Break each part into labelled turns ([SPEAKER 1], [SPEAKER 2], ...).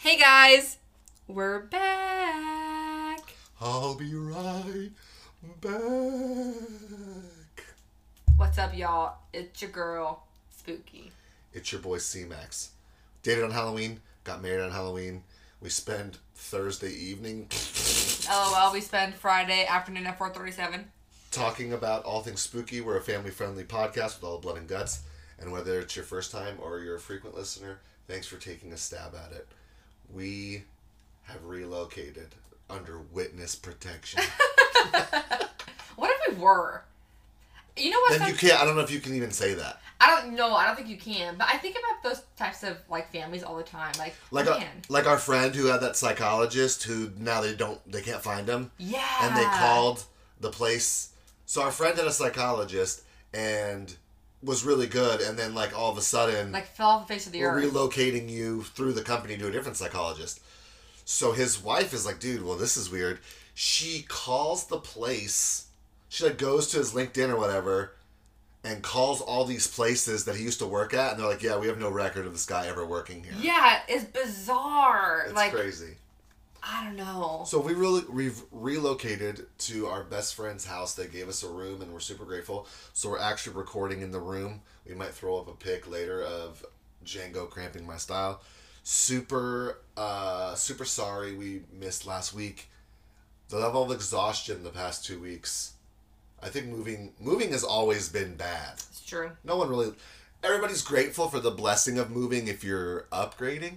[SPEAKER 1] Hey guys, we're back.
[SPEAKER 2] I'll be right back.
[SPEAKER 1] What's up, y'all? It's your girl, Spooky.
[SPEAKER 2] It's your boy C Max. Dated on Halloween, got married on Halloween. We spend Thursday evening
[SPEAKER 1] LOL, we spend Friday afternoon at 4:37.
[SPEAKER 2] talking about all things spooky. We're a family friendly podcast with all blood and guts. And whether it's your first time or you're a frequent listener, thanks for taking a stab at it. We have relocated under witness protection.
[SPEAKER 1] What if we were? You know what?
[SPEAKER 2] then you
[SPEAKER 1] some-
[SPEAKER 2] can't, I don't know if you can even say that.
[SPEAKER 1] I don't know. I don't think you can. But I think about those types of like families all the time. Like,
[SPEAKER 2] Like, our,
[SPEAKER 1] Oh, man,
[SPEAKER 2] like our friend who had that psychologist who now they don't, they can't find him.
[SPEAKER 1] yeah.
[SPEAKER 2] and they called the place. So our friend had a psychologist and was really good, and then like all of a sudden,
[SPEAKER 1] like fell off the face of the
[SPEAKER 2] we're
[SPEAKER 1] earth.
[SPEAKER 2] relocating you through the company to a different psychologist. So his wife is like, dude, well this is weird. She calls the place. She like goes to his LinkedIn or whatever. And calls all these places that he used to work at, and they're like, "Yeah, we have no record of this guy ever working here."
[SPEAKER 1] yeah, it's bizarre.
[SPEAKER 2] it's
[SPEAKER 1] like
[SPEAKER 2] crazy.
[SPEAKER 1] I don't know.
[SPEAKER 2] So we really we've relocated to our best friend's house. They gave us a room, and we're super grateful. So we're actually recording in the room. We might throw up a pic later of Django cramping my style. Super, uh, super sorry we missed last week. The level of exhaustion the past two weeks. I think moving moving has always been bad.
[SPEAKER 1] It's true.
[SPEAKER 2] No one really. Everybody's grateful for the blessing of moving if you're upgrading.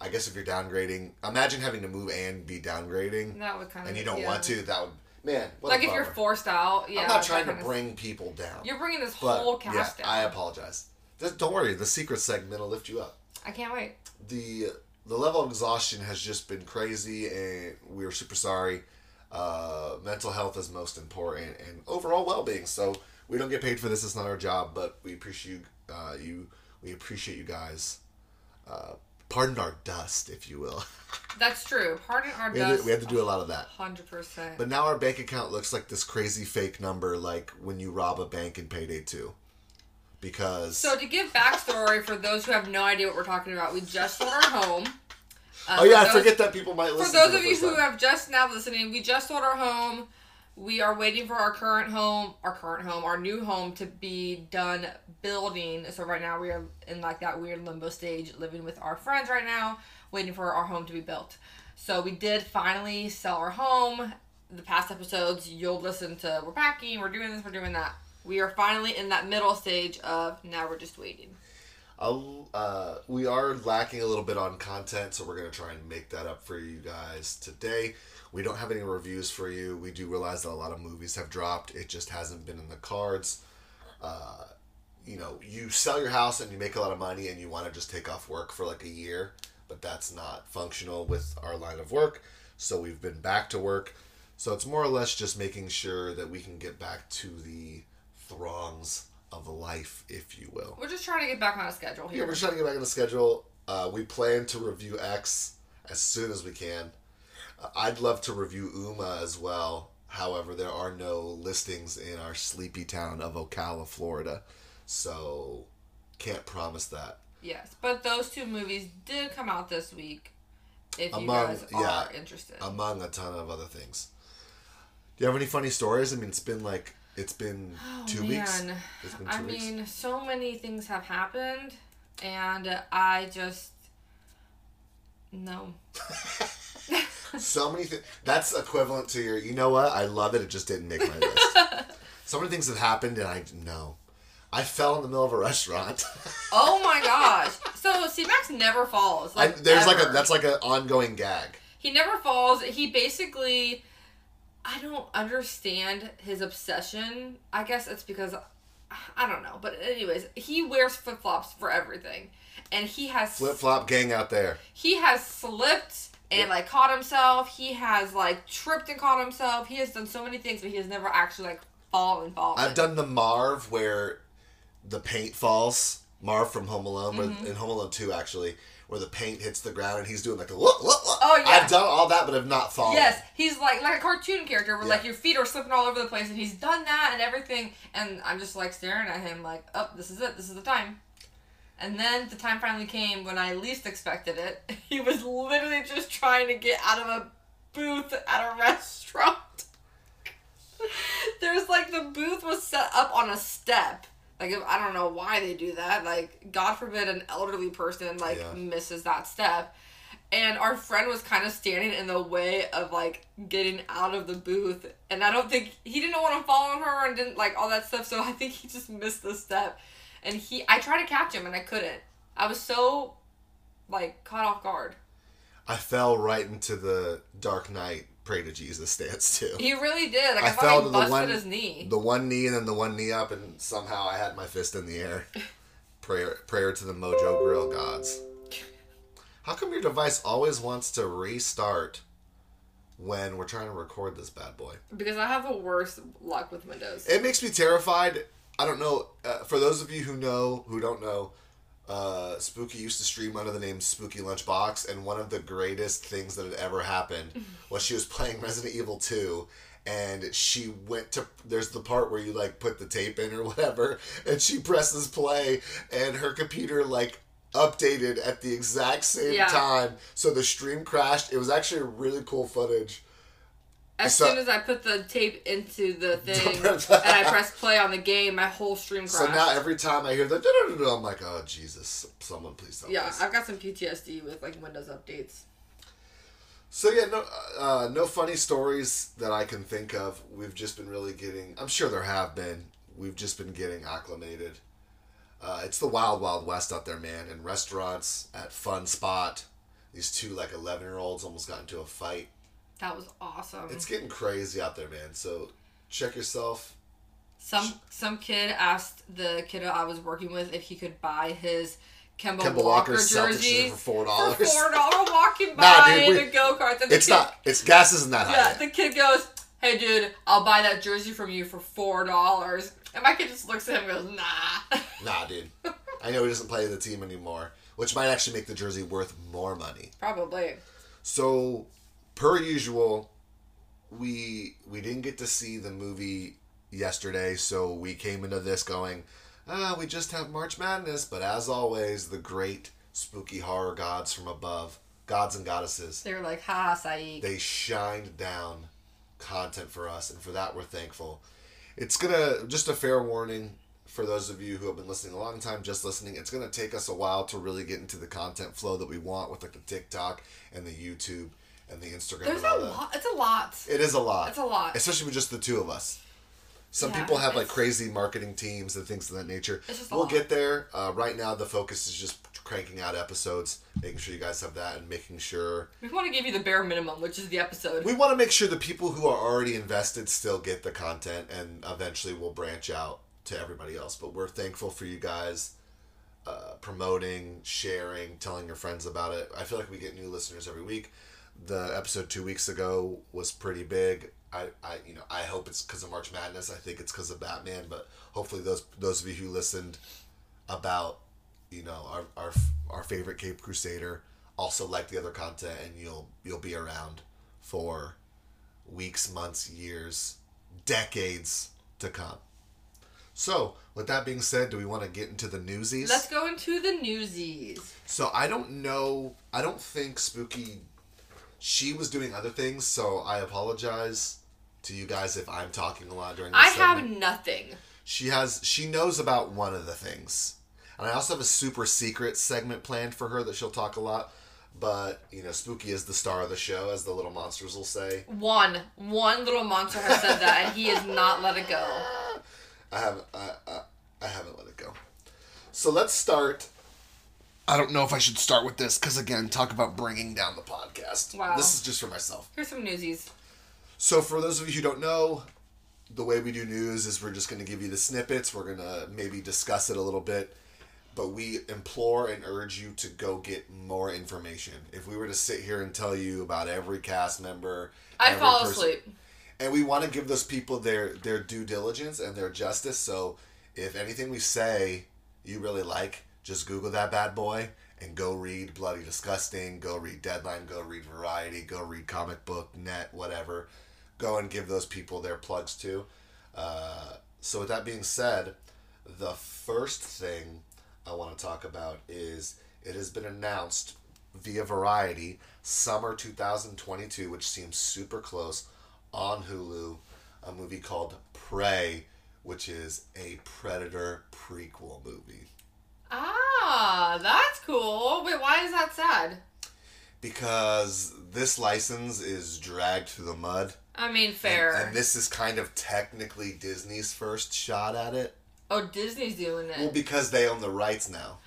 [SPEAKER 2] I guess if you're downgrading, imagine having to move and be downgrading,
[SPEAKER 1] That would kind of.
[SPEAKER 2] and you don't
[SPEAKER 1] yeah.
[SPEAKER 2] want to. That would man. What
[SPEAKER 1] Like
[SPEAKER 2] a
[SPEAKER 1] if you're
[SPEAKER 2] bummer.
[SPEAKER 1] forced out. Yeah.
[SPEAKER 2] I'm not
[SPEAKER 1] that
[SPEAKER 2] trying to
[SPEAKER 1] kinda-
[SPEAKER 2] bring people down.
[SPEAKER 1] You're bringing this
[SPEAKER 2] but
[SPEAKER 1] whole cast
[SPEAKER 2] yeah,
[SPEAKER 1] down.
[SPEAKER 2] I apologize. Just don't worry. The secret segment will lift you up.
[SPEAKER 1] I can't wait.
[SPEAKER 2] the The level of exhaustion has just been crazy, and we're super sorry. Uh, mental health is most important, and overall well being. So we don't get paid for this; it's not our job, but we appreciate you. Uh, you we appreciate you guys. Uh, pardon our dust, if you will.
[SPEAKER 1] That's true. Pardon our
[SPEAKER 2] We had,
[SPEAKER 1] dust.
[SPEAKER 2] to, we had to do a lot of that.
[SPEAKER 1] Hundred percent.
[SPEAKER 2] But now our bank account looks like this crazy fake number, like when you rob a bank in payday two, because
[SPEAKER 1] So to give backstory for those who have no idea what we're talking about, we just sold our home. Uh,
[SPEAKER 2] oh
[SPEAKER 1] for
[SPEAKER 2] yeah, I
[SPEAKER 1] those-
[SPEAKER 2] forget that people might listen.
[SPEAKER 1] For
[SPEAKER 2] to
[SPEAKER 1] those
[SPEAKER 2] the
[SPEAKER 1] of you
[SPEAKER 2] first
[SPEAKER 1] who
[SPEAKER 2] time.
[SPEAKER 1] have just now listening, we just sold our home. We are waiting for our current home, our current home, our new home to be done building. So right now we are in like that weird limbo stage, living with our friends right now, waiting for our home to be built. So we did finally sell our home. The past episodes, you'll listen to we're packing, we're doing this, we're doing that. We are finally in that middle stage of now we're just waiting.
[SPEAKER 2] I'll, uh, we are lacking a little bit on content, so we're going to try and make that up for you guys today. We don't have any reviews for you. We do realize that a lot of movies have dropped, it just hasn't been in the cards. Uh, you know, you sell your house and you make a lot of money and you want to just take off work for like a year, but that's not functional with our line of work. So we've been back to work. So it's more or less just making sure that we can get back to the throngs of life, if you will.
[SPEAKER 1] We're just trying to get back on a schedule
[SPEAKER 2] Yeah,
[SPEAKER 1] here.
[SPEAKER 2] we're trying to get back on the schedule. Uh, we plan to review X as soon as we can. Uh, I'd love to review Uma as well. However, there are no listings in our sleepy town of Ocala, Florida. So, can't promise that.
[SPEAKER 1] Yes, but those two movies did come out this week. If you
[SPEAKER 2] Among-
[SPEAKER 1] guys
[SPEAKER 2] yeah,
[SPEAKER 1] are interested,
[SPEAKER 2] Among a ton of other things. Do you have any funny stories? I mean, it's been like, it's been two weeks.
[SPEAKER 1] Oh, Man,
[SPEAKER 2] It's been two
[SPEAKER 1] I
[SPEAKER 2] weeks.
[SPEAKER 1] mean, so many things have happened, and I just no.
[SPEAKER 2] So many things. That's equivalent to your. You know what? I love it. It just didn't make my list. so many things have happened, and I no. I fell in the middle of a restaurant.
[SPEAKER 1] Oh my gosh! So C Max never falls.
[SPEAKER 2] I,
[SPEAKER 1] Like
[SPEAKER 2] there's like a
[SPEAKER 1] ever.
[SPEAKER 2] that's like an ongoing gag.
[SPEAKER 1] He never falls. He basically, I don't understand his obsession. I guess it's because, I don't know. But anyways, he wears flip flops for everything, and he has
[SPEAKER 2] Flip flop gang out there.
[SPEAKER 1] he has slipped and like caught himself. He has like tripped and caught himself. He has done so many things, but he has never actually like fallen. Fallen.
[SPEAKER 2] I've done the Marv where the paint falls. Marv from Home Alone, where,
[SPEAKER 1] Mm-hmm.
[SPEAKER 2] in Home Alone 2, actually, where the paint hits the ground and he's doing like a look, look, look.
[SPEAKER 1] Oh, yeah.
[SPEAKER 2] I've done all that, but I've not fallen.
[SPEAKER 1] Yes, he's like like a cartoon character where like
[SPEAKER 2] Yeah.
[SPEAKER 1] your feet are slipping all over the place, and he's done that and everything, and I'm just like staring at him like, oh, this is it, this is the time. And then the time finally came when I least expected it. He was literally just trying to get out of a booth at a restaurant. There's like the booth was set up on a step. Like if, I don't know why they do that. Like God forbid an elderly person like
[SPEAKER 2] Yeah.
[SPEAKER 1] misses that step. And our friend was kind of standing in the way of like getting out of the booth, and I don't think he didn't want to follow her and didn't like all that stuff. So I think he just missed the step, and he I tried to catch him and I couldn't. I was so like caught off guard.
[SPEAKER 2] I fell right into the Dark Knight Pray to Jesus stance, too.
[SPEAKER 1] He really did. Like I,
[SPEAKER 2] I
[SPEAKER 1] thought
[SPEAKER 2] fell
[SPEAKER 1] he
[SPEAKER 2] to the
[SPEAKER 1] busted
[SPEAKER 2] one-
[SPEAKER 1] his knee.
[SPEAKER 2] the one knee and then the one knee up, and somehow I had my fist in the air. Prayer, prayer to the Mojo Grill gods. How come your device always wants to restart when we're trying to record this bad boy?
[SPEAKER 1] Because I have the worst luck with Windows.
[SPEAKER 2] It makes me terrified. I don't know. Uh, for those of you who know, who don't know, uh, Spooky used to stream under the name Spooky Lunchbox, and one of the greatest things that had ever happened was she was playing Resident Evil 2. And she went to. There's the part where you like put the tape in or whatever, and she presses play, and her computer like updated at the exact same
[SPEAKER 1] Yeah.
[SPEAKER 2] time, so the stream crashed. It was actually really cool footage.
[SPEAKER 1] As
[SPEAKER 2] So-
[SPEAKER 1] soon as I put the tape into the thing and I press play on the game, my whole stream crashed.
[SPEAKER 2] So now every time I hear the, da-da-da-da, I'm like, oh Jesus, someone please help
[SPEAKER 1] yeah,
[SPEAKER 2] us.
[SPEAKER 1] I've got some PTSD with like Windows updates.
[SPEAKER 2] So yeah, no, uh, no funny stories that I can think of. We've just been really getting. I'm sure there have been. We've just been getting acclimated. Uh, it's the wild, wild west out there, man. In restaurants, at Fun Spot, these two like 11 year olds almost got into a fight.
[SPEAKER 1] That was awesome.
[SPEAKER 2] It's getting crazy out there, man. So check yourself.
[SPEAKER 1] some some kid asked the kiddo I was working with if he could buy his Kemba,
[SPEAKER 2] Kemba
[SPEAKER 1] Walker,
[SPEAKER 2] Walker Celtics
[SPEAKER 1] jersey
[SPEAKER 2] for
[SPEAKER 1] for
[SPEAKER 2] four dollars.
[SPEAKER 1] four dollar walking by
[SPEAKER 2] Nah, dude,
[SPEAKER 1] in
[SPEAKER 2] we-
[SPEAKER 1] a go kart.
[SPEAKER 2] It's not. It's gas isn't that high.
[SPEAKER 1] Yeah,
[SPEAKER 2] yet.
[SPEAKER 1] the kid goes, "Hey, dude, I'll buy that jersey from you for four dollars." And my kid just looks at him and goes, "Nah."
[SPEAKER 2] Nah, dude. I know he doesn't play the team anymore, which might actually make the jersey worth more money.
[SPEAKER 1] Probably.
[SPEAKER 2] So, per usual, we we didn't get to see the movie yesterday, so we came into this going, ah, we just have March Madness, but as always, the great spooky horror gods from above, gods and goddesses,
[SPEAKER 1] They were like, "Ha, Saeed."
[SPEAKER 2] they shined down content for us, and for that we're thankful. It's gonna just a fair warning for those of you who have been listening a long time, just listening. It's gonna take us a while to really get into the content flow that we want with like the TikTok and the YouTube and the Instagram.
[SPEAKER 1] There's
[SPEAKER 2] and all
[SPEAKER 1] a
[SPEAKER 2] that.
[SPEAKER 1] lot. It's a lot.
[SPEAKER 2] It is a lot.
[SPEAKER 1] It's a lot.
[SPEAKER 2] especially with just the two of us. Some
[SPEAKER 1] Yeah,
[SPEAKER 2] people have like
[SPEAKER 1] it's-
[SPEAKER 2] crazy marketing teams and things of that nature.
[SPEAKER 1] It's just a
[SPEAKER 2] We'll
[SPEAKER 1] lot.
[SPEAKER 2] get there. Uh, right now, the focus is just cranking out episodes, making sure you guys have that, and making sure
[SPEAKER 1] We want to give you the bare minimum, which is the episode.
[SPEAKER 2] we want to make sure the people who are already invested still get the content, and eventually we'll branch out to everybody else. But we're thankful for you guys uh, promoting, sharing, telling your friends about it. I feel like we get new listeners every week. The episode two weeks ago was pretty big. I, I you know I hope it's because of March Madness. I think it's because of Batman, but hopefully those those of you who listened about you know our our, our favorite Cape Crusader also like the other content and you'll you'll be around for weeks, months, years, decades to come. So, with that being said, do we want to get into the newsies?
[SPEAKER 1] Let's go into the newsies.
[SPEAKER 2] So I don't know. I don't think Spooky. She was doing other things, so I apologize to you guys if I'm talking a lot during. This
[SPEAKER 1] I
[SPEAKER 2] segment.
[SPEAKER 1] have nothing.
[SPEAKER 2] She has. She knows about one of the things, and I also have a super secret segment planned for her that she'll talk a lot. But you know, Spooky is the star of the show, as the little monsters will say.
[SPEAKER 1] One, one little monster has said that, and he has not let it go.
[SPEAKER 2] I haven't. I, I, I haven't let it go. So let's start. I don't know if I should start with this because again, talk about bringing down the podcast.
[SPEAKER 1] Wow.
[SPEAKER 2] This is just for myself.
[SPEAKER 1] Here's some newsies.
[SPEAKER 2] So for those of you who don't know, the way we do news is we're just going to give you the snippets. We're going to maybe discuss it a little bit, but we implore and urge you to go get more information. If we were to sit here and tell you about every cast member,
[SPEAKER 1] I
[SPEAKER 2] every
[SPEAKER 1] fall
[SPEAKER 2] person-
[SPEAKER 1] asleep.
[SPEAKER 2] and we want to give those people their their due diligence and their justice. So If anything we say you really like, just Google that bad boy and go read Bloody Disgusting, go read Deadline, go read Variety, go read Comic Book, Net, whatever. Go and give those people their plugs too. Uh, so, with that being said, the first thing I want to talk about is it has been announced via Variety summer 2022, which seems super close, on Hulu, a movie called Prey, which is a Predator prequel movie.
[SPEAKER 1] Ah, that's cool. Wait, why is that sad?
[SPEAKER 2] Because this license is dragged through the mud.
[SPEAKER 1] I mean,
[SPEAKER 2] And-
[SPEAKER 1] fair.
[SPEAKER 2] And, this is kind of technically Disney's first shot at it.
[SPEAKER 1] oh, Disney's doing it.
[SPEAKER 2] Well, because they own the rights now.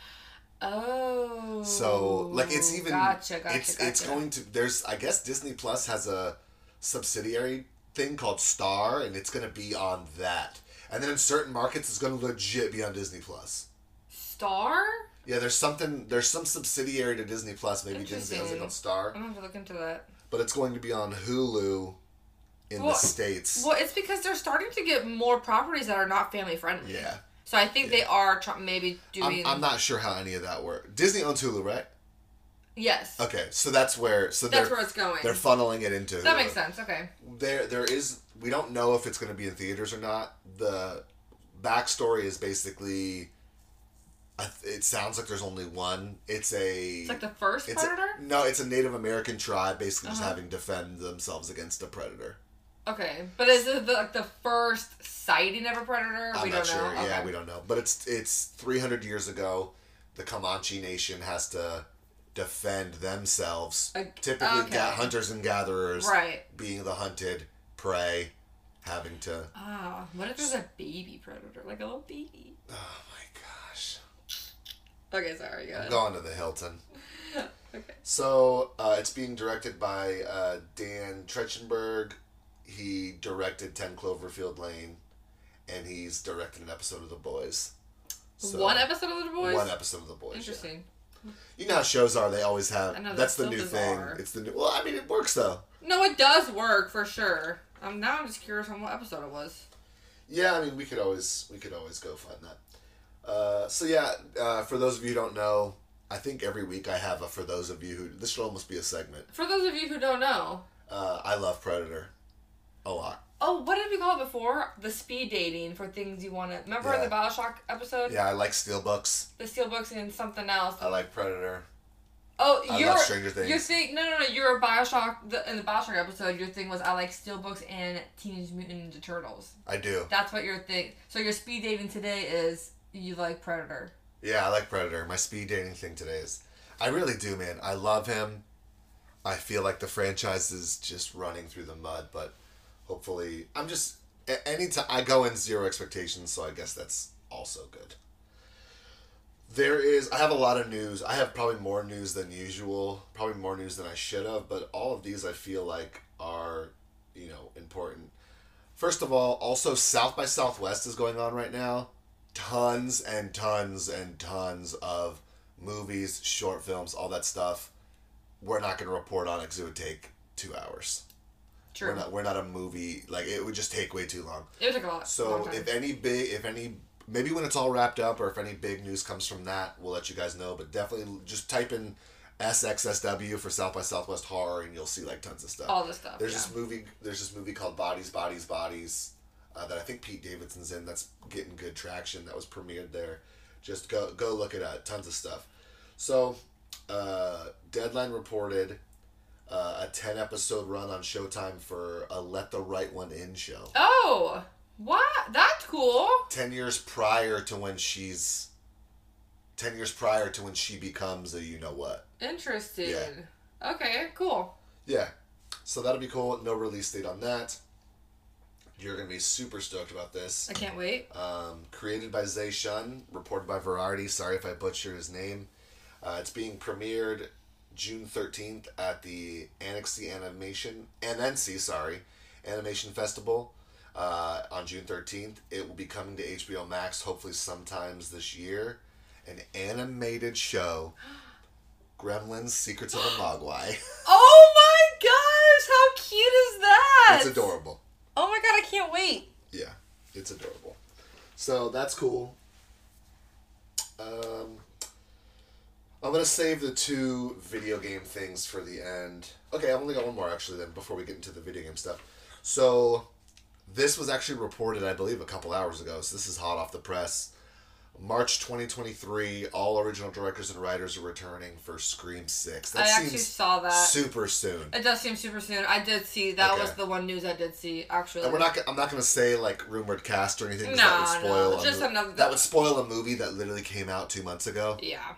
[SPEAKER 1] oh.
[SPEAKER 2] So like it's even
[SPEAKER 1] Gotcha, gotcha,
[SPEAKER 2] it's it's
[SPEAKER 1] gotcha.
[SPEAKER 2] going to there's I guess Disney Plus has a subsidiary thing called Star and it's gonna be on that. And then in certain markets it's gonna legit be on Disney Plus.
[SPEAKER 1] Star?
[SPEAKER 2] Yeah, there's something there's some subsidiary to Disney Plus, maybe Disney has it
[SPEAKER 1] Interesting.
[SPEAKER 2] on
[SPEAKER 1] I'm
[SPEAKER 2] Star.
[SPEAKER 1] gonna have to look into that.
[SPEAKER 2] But it's going to be on Hulu in the
[SPEAKER 1] Well-
[SPEAKER 2] States.
[SPEAKER 1] Well, it's because they're starting to get more properties that are not family friendly.
[SPEAKER 2] yeah.
[SPEAKER 1] So I think they are tr- maybe doing.
[SPEAKER 2] I'm, I'm not sure how any of that works. Disney owns Hulu, right?
[SPEAKER 1] yes.
[SPEAKER 2] Okay, so that's where so
[SPEAKER 1] That's
[SPEAKER 2] they're
[SPEAKER 1] where it's going.
[SPEAKER 2] they're funneling it into
[SPEAKER 1] that
[SPEAKER 2] Hulu.
[SPEAKER 1] makes sense. Okay.
[SPEAKER 2] there there is we don't know if it's going to be in theaters or not the backstory is basically I th- it sounds like there's only one it's a
[SPEAKER 1] It's like the first
[SPEAKER 2] it's a-
[SPEAKER 1] predator?
[SPEAKER 2] no it's a native american tribe basically just
[SPEAKER 1] Uh-huh.
[SPEAKER 2] having to defend themselves against a predator
[SPEAKER 1] Okay, but is it the, like the first sighting of a predator?
[SPEAKER 2] i'm
[SPEAKER 1] we
[SPEAKER 2] not
[SPEAKER 1] don't
[SPEAKER 2] sure
[SPEAKER 1] know.
[SPEAKER 2] yeah
[SPEAKER 1] Okay.
[SPEAKER 2] we don't know but it's it's 300 years ago the comanche nation has to defend themselves
[SPEAKER 1] Ag-
[SPEAKER 2] typically
[SPEAKER 1] okay.
[SPEAKER 2] ga- hunters and gatherers
[SPEAKER 1] Right.
[SPEAKER 2] being the hunted prey having to
[SPEAKER 1] Ah, what if there's a baby predator, like a little baby?
[SPEAKER 2] oh my gosh
[SPEAKER 1] Okay, sorry, go
[SPEAKER 2] I'm
[SPEAKER 1] ahead.
[SPEAKER 2] going to the Hilton.
[SPEAKER 1] Okay.
[SPEAKER 2] So uh, it's being directed by uh, Dan Trechenberg. He directed Ten Cloverfield Lane, and he's directed an episode of The Boys. So-
[SPEAKER 1] one episode of Little Boys.
[SPEAKER 2] One episode of The Boys. yeah.
[SPEAKER 1] Interesting.
[SPEAKER 2] You know how shows are; they always have.
[SPEAKER 1] I know, that's
[SPEAKER 2] that's the
[SPEAKER 1] so
[SPEAKER 2] new
[SPEAKER 1] bizarre.
[SPEAKER 2] thing. It's the new. Well, I mean, it works though.
[SPEAKER 1] No, it does work for sure. Um, now I'm just curious on what episode it was.
[SPEAKER 2] Yeah, I mean, we could always we could always go find that. Uh, so yeah, uh, for those of you who don't know, I think every week I have a for those of you who this should almost be a segment.
[SPEAKER 1] For those of you who don't know,
[SPEAKER 2] Uh, I love Predator, a lot.
[SPEAKER 1] oh, what did we call it before? The speed dating for things you want to remember
[SPEAKER 2] Yeah.
[SPEAKER 1] the Bioshock episode,
[SPEAKER 2] Yeah, I like steelbooks.
[SPEAKER 1] the steelbooks and something else.
[SPEAKER 2] I like Predator.
[SPEAKER 1] Oh,
[SPEAKER 2] I
[SPEAKER 1] you're
[SPEAKER 2] love Stranger Things.
[SPEAKER 1] Your thing, no, no, no. You're a Bioshock. The, in the Bioshock episode, your thing was I like steelbooks and Teenage Mutant Ninja Turtles.
[SPEAKER 2] I do.
[SPEAKER 1] That's what your thing. So your speed dating today is you like Predator.
[SPEAKER 2] Yeah, I like Predator. My speed dating thing today is. I really do, man. I love him. I feel like the franchise is just running through the mud, but hopefully, I'm just a- anytime I go in zero expectations, so I guess that's also good. There is. I have a lot of news. I have probably more news than usual. Probably more news than I should have. But all of these, I feel like, are you know important. First of all, also South by Southwest is going on right now. Tons and tons and tons of movies, short films, all that stuff. We're not going to report on it because it would take two hours.
[SPEAKER 1] True.
[SPEAKER 2] We're not. We're not a movie. Like it would just take way too long.
[SPEAKER 1] it took a lot. long
[SPEAKER 2] So
[SPEAKER 1] time.
[SPEAKER 2] if any big, if any, maybe when it's all wrapped up, or if any big news comes from that, we'll let you guys know. But definitely just type in SXSW for South by Southwest horror, and you'll see like tons of stuff.
[SPEAKER 1] all this stuff.
[SPEAKER 2] there's
[SPEAKER 1] yeah.
[SPEAKER 2] this movie. There's this movie called Bodies, Bodies, Bodies, uh, that I think Pete Davidson's in. That's getting good traction. That was premiered there. Just go go look it up. Tons of stuff. So, uh, Deadline reported. Uh, a 10 episode run on Showtime for a Let the Right One In show.
[SPEAKER 1] oh, what? That's cool.
[SPEAKER 2] 10 years prior to when she's 10 years prior to when she becomes a you know what
[SPEAKER 1] Interesting. Okay, cool.
[SPEAKER 2] yeah so that'll be cool no release date on that you're gonna be super stoked about this
[SPEAKER 1] I can't wait.
[SPEAKER 2] um, created by Zay Shun, reported by Variety. Sorry if I butchered his name. Uh, it's being premiered June thirteenth at the Annexe Animation NNC, sorry, Animation Festival uh, on June thirteenth. It will be coming to HBO Max hopefully sometimes this year. An animated show, Gremlins: Secrets of the Mogwai.
[SPEAKER 1] Oh my gosh, how cute is that?
[SPEAKER 2] it's adorable.
[SPEAKER 1] Oh my god, I can't wait.
[SPEAKER 2] Yeah, it's adorable. So that's cool. Um, I'm gonna save the two video game things for the end. Okay, I've only got one more actually. Then before we get into the video game stuff, so this was actually reported, I believe, a couple hours ago. So this is hot off the press. March 2023, all original directors and writers are returning for Scream Six. That
[SPEAKER 1] I
[SPEAKER 2] seems
[SPEAKER 1] actually saw that.
[SPEAKER 2] super soon.
[SPEAKER 1] It does seem super soon. I did see that
[SPEAKER 2] Okay.
[SPEAKER 1] was the one news I did see actually.
[SPEAKER 2] And we're not. go- I'm not going to say like rumored cast or anything. 'cause that would
[SPEAKER 1] No, no,
[SPEAKER 2] spoil. a
[SPEAKER 1] just
[SPEAKER 2] mo-
[SPEAKER 1] another-
[SPEAKER 2] That would spoil a movie that literally came out two months ago.
[SPEAKER 1] yeah.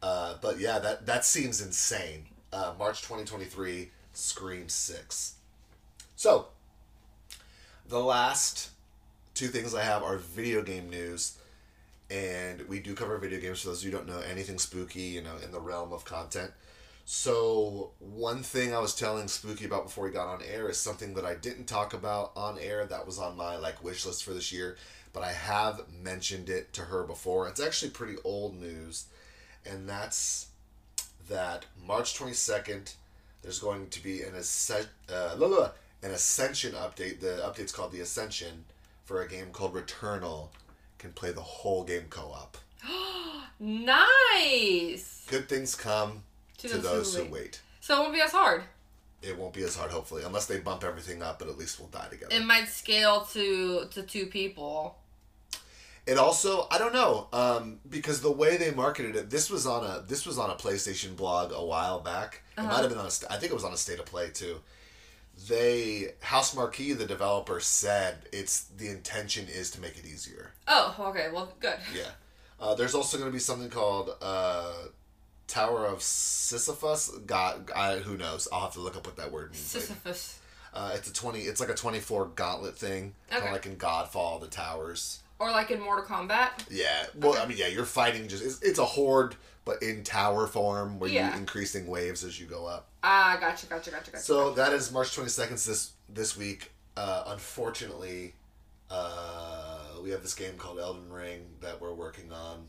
[SPEAKER 2] Uh, but yeah, that that seems insane. Uh, March 2023, Scream Six. So, the last two things I have are video game news, and we do cover video games for those who don't know anything spooky. You know, in the realm of content. So one thing I was telling Spooky about before he got on air is something that I didn't talk about on air that was on my like wish list for this year, but I have mentioned it to her before. It's actually pretty old news, and that's that March twenty second. There's going to be an ascen- uh, la, la, an ascension update. The update's called the Ascension for a game called Returnal. Can play the whole game co op.
[SPEAKER 1] Nice.
[SPEAKER 2] Good things come to, those who wait.
[SPEAKER 1] So it won't be as hard.
[SPEAKER 2] it won't be as hard, hopefully, unless they bump everything up. But at least we'll die together.
[SPEAKER 1] It might scale to to two people.
[SPEAKER 2] It also, I don't know, um, because the way they marketed it, this was on a this was on a PlayStation blog a while back. It might have been on a, st- I think it was on a State of Play too. They House Marquee, the developer, said it's the intention is to make it easier.
[SPEAKER 1] Oh, okay. Well, good.
[SPEAKER 2] Yeah. Uh, there's also going to be something called uh, Tower of Sisyphus. God, I, who knows? I'll have to look up what that word means. later.
[SPEAKER 1] Sisyphus.
[SPEAKER 2] Uh, it's a twenty. It's like a twenty-four gauntlet thing, kind
[SPEAKER 1] Okay.
[SPEAKER 2] of like in Godfall, the towers.
[SPEAKER 1] Or like in Mortal Kombat.
[SPEAKER 2] Yeah. Well, I mean, yeah, you're fighting just. It's, it's a horde, but in tower form, where
[SPEAKER 1] Yeah.
[SPEAKER 2] you're increasing waves as you go up.
[SPEAKER 1] Ah, gotcha, gotcha, gotcha, gotcha.
[SPEAKER 2] So that is March twenty second this this week. Uh, unfortunately, uh, we have this game called Elden Ring that we're working on.